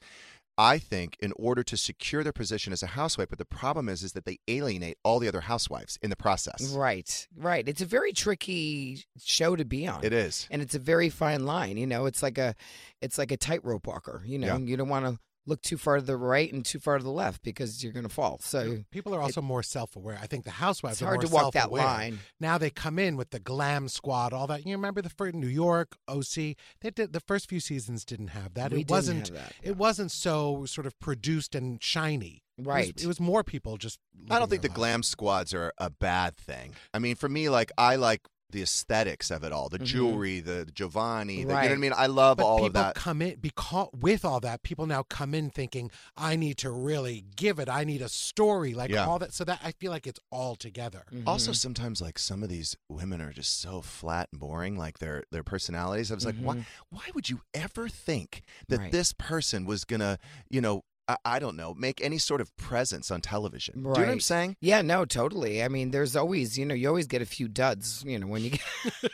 Speaker 1: I think in order to secure their position as a housewife, but the problem is, is that they alienate all the other housewives in the process.
Speaker 3: Right, right. It's a very tricky show to be on.
Speaker 1: It is.
Speaker 3: and it's a very fine line. You know, it's like a, it's like a tightrope walker. You know,
Speaker 1: Yeah.
Speaker 3: you don't want to look too far to the right and too far to the left because you're going to fall. So
Speaker 4: People are also more self-aware. I think the housewives
Speaker 3: It's
Speaker 4: are
Speaker 3: hard
Speaker 4: more
Speaker 3: to walk that
Speaker 4: self-aware.
Speaker 3: line.
Speaker 4: Now they come in with the glam squad, all that. You remember the first New York OC? They did the first few seasons didn't have that.
Speaker 3: We
Speaker 4: it
Speaker 3: didn't
Speaker 4: wasn't.
Speaker 3: have that,
Speaker 4: It wasn't so sort of produced and shiny. It was- It
Speaker 1: Right.
Speaker 4: was, more people just.
Speaker 1: I don't think the glam squads are a bad thing. I mean, for me, like I like the aesthetics of it all, the
Speaker 4: Mhm.
Speaker 1: jewelry, the Giovanni, the, you know what I
Speaker 4: Right.
Speaker 1: mean? I love
Speaker 4: but
Speaker 1: all
Speaker 4: people
Speaker 1: of that.
Speaker 4: Come in because with all that, people now come in thinking, "I need to really give it. I need a story, like
Speaker 1: Yeah.
Speaker 4: all that." So that I feel like it's all together.
Speaker 3: Mm. Mm-hmm.
Speaker 1: Also, sometimes like some of these women are just so flat and boring, like their their personalities. I was like, why
Speaker 4: Mhm.
Speaker 3: Mm-hmm.
Speaker 1: why would you ever think that
Speaker 4: Right.
Speaker 1: this person was gonna, you know, I, I don't know, make any sort of presence on television? Do you know what I'm
Speaker 3: Right.
Speaker 1: saying?
Speaker 3: Yeah, no, totally. I mean, there's always, you know, you always get a few duds, you know, when
Speaker 1: [LAUGHS]
Speaker 3: you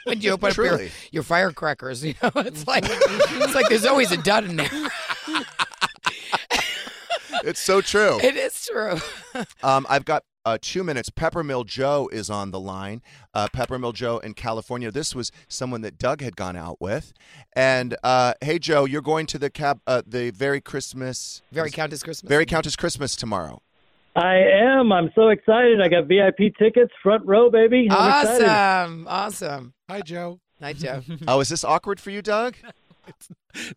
Speaker 3: when you open up your,
Speaker 1: Truly.
Speaker 3: your firecrackers, you know, [LAUGHS] it's
Speaker 1: [LAUGHS]
Speaker 3: like it's like there's always a dud in there.
Speaker 1: It's so true.
Speaker 3: [LAUGHS] It is true.
Speaker 1: Um, I've got uh, two minutes. Peppermill Joe is on the line. Uh, Peppermill Joe in California. This was someone that Doug had gone out with. And uh, hey, Joe, you're going to the cab, uh, the very Christmas,
Speaker 3: Very Countess Christmas.
Speaker 1: very Countess Christmas tomorrow.
Speaker 12: I am. I'm so excited. I got VIP tickets, front row, baby. I'm excited.
Speaker 3: awesome. Awesome.
Speaker 4: Hi, Joe.
Speaker 3: Hi,
Speaker 1: [LAUGHS]
Speaker 3: Joe.
Speaker 1: Oh, is this awkward for you, Doug?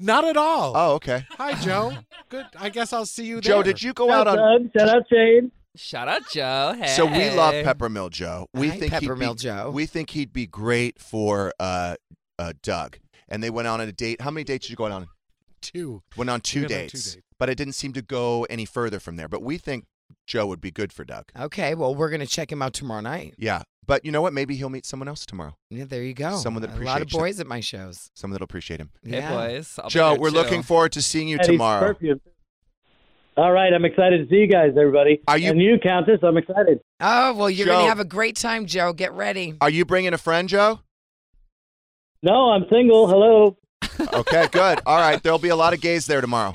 Speaker 4: Not at all.
Speaker 1: Oh, okay.
Speaker 4: Hi, Joe. Good. I guess I'll see you.
Speaker 1: Joe,
Speaker 4: there.
Speaker 1: did you go out on?
Speaker 12: Shout out, Shane.
Speaker 5: Shout out, Joe. Hey.
Speaker 1: So we love Peppermill Joe. We
Speaker 5: Hi,
Speaker 1: think he'd
Speaker 5: Peppermill
Speaker 1: be,
Speaker 5: Joe.
Speaker 1: We think he'd be great for uh, uh, Doug. And they went on a date. How many dates did you go out on?
Speaker 4: Two.
Speaker 1: Went on two,
Speaker 4: went on two
Speaker 1: dates,
Speaker 4: dates.
Speaker 1: but it didn't seem to go any further from there. But we think Joe would be good for Doug.
Speaker 3: Okay, well, we're going to check him out tomorrow night.
Speaker 1: Yeah, but you know what? Maybe he'll meet someone else tomorrow.
Speaker 3: Yeah, there you go.
Speaker 1: Someone that
Speaker 3: a lot of
Speaker 1: appreciates it.
Speaker 3: boys at my shows.
Speaker 1: Someone that'll appreciate him.
Speaker 3: Hey, Yeah. boys, I'll be
Speaker 1: Joe,
Speaker 3: there
Speaker 1: we're
Speaker 3: too.
Speaker 1: looking forward to seeing you
Speaker 12: Eddie's
Speaker 1: tomorrow.
Speaker 12: perfume. All right. I'm excited to see you guys, everybody.
Speaker 1: Are you-
Speaker 12: And you, Countess. I'm excited.
Speaker 3: Oh, well, you're going
Speaker 1: Joe.
Speaker 3: to have a great time, Joe. Get ready.
Speaker 1: Are you bringing a friend, Joe?
Speaker 12: No, I'm single. Hello.
Speaker 1: Okay, good. All right, there'll be a lot of gays there tomorrow.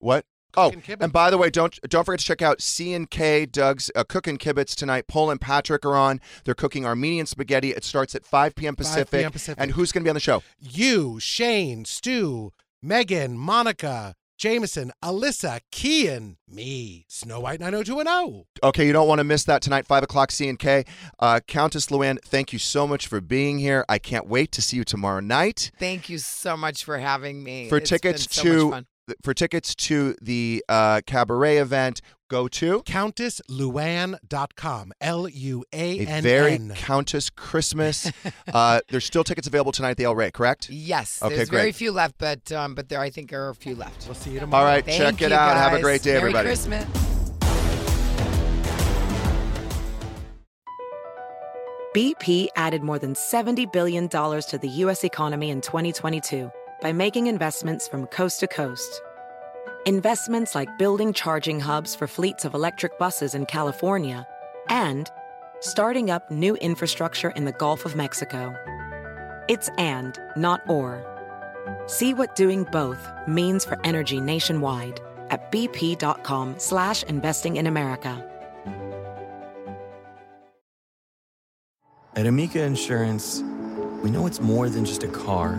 Speaker 1: what? Oh,
Speaker 4: and kibbutz.
Speaker 1: and by the way, don't don't forget to check out C and K Doug's uh, Cook and Kibbutz tonight. Paul and Patrick are on. They're cooking Armenian spaghetti. It starts at 5 p.m. Pacific.
Speaker 4: p.m. Pacific.
Speaker 1: And who's going to be on the show?
Speaker 4: you, Shane, Stu, Megan, Monica, Jameson, Alyssa, Kean, me, Snow White 90210.
Speaker 1: Okay, you don't want to miss that tonight, five o'clock. C and K. Uh, Countess Luann, thank you so much for being here. I can't wait to see you tomorrow night.
Speaker 3: Thank you so much for having me.
Speaker 1: for
Speaker 3: It's
Speaker 1: tickets
Speaker 3: been so much
Speaker 1: to
Speaker 3: fun.
Speaker 1: th- for tickets to the uh, cabaret event go to
Speaker 4: CountessLuann.com. L U A
Speaker 1: a
Speaker 4: N
Speaker 1: very
Speaker 4: N.
Speaker 1: countess christmas uh, there's still tickets available tonight at the el
Speaker 3: [LAUGHS]
Speaker 1: rey correct
Speaker 3: Yes.
Speaker 1: okay
Speaker 3: there's
Speaker 1: great
Speaker 3: very few left, but um, but there I think are a few left. We'll see you
Speaker 1: tomorrow. All right,
Speaker 3: Thank
Speaker 1: check it
Speaker 3: you,
Speaker 1: out. Have a
Speaker 3: guys.
Speaker 1: great day,
Speaker 3: Merry
Speaker 1: everybody.
Speaker 3: Christmas.
Speaker 8: BP added more than $70 billion to the U.S. economy in 2022 by making investments from coast to coast. Investments like building charging hubs for fleets of electric buses in California and starting up new infrastructure in the Gulf of Mexico. It's and, not or. See what doing both means for energy nationwide at bp.com slash investing in America.
Speaker 13: At Amica Insurance, we know it's more than just a car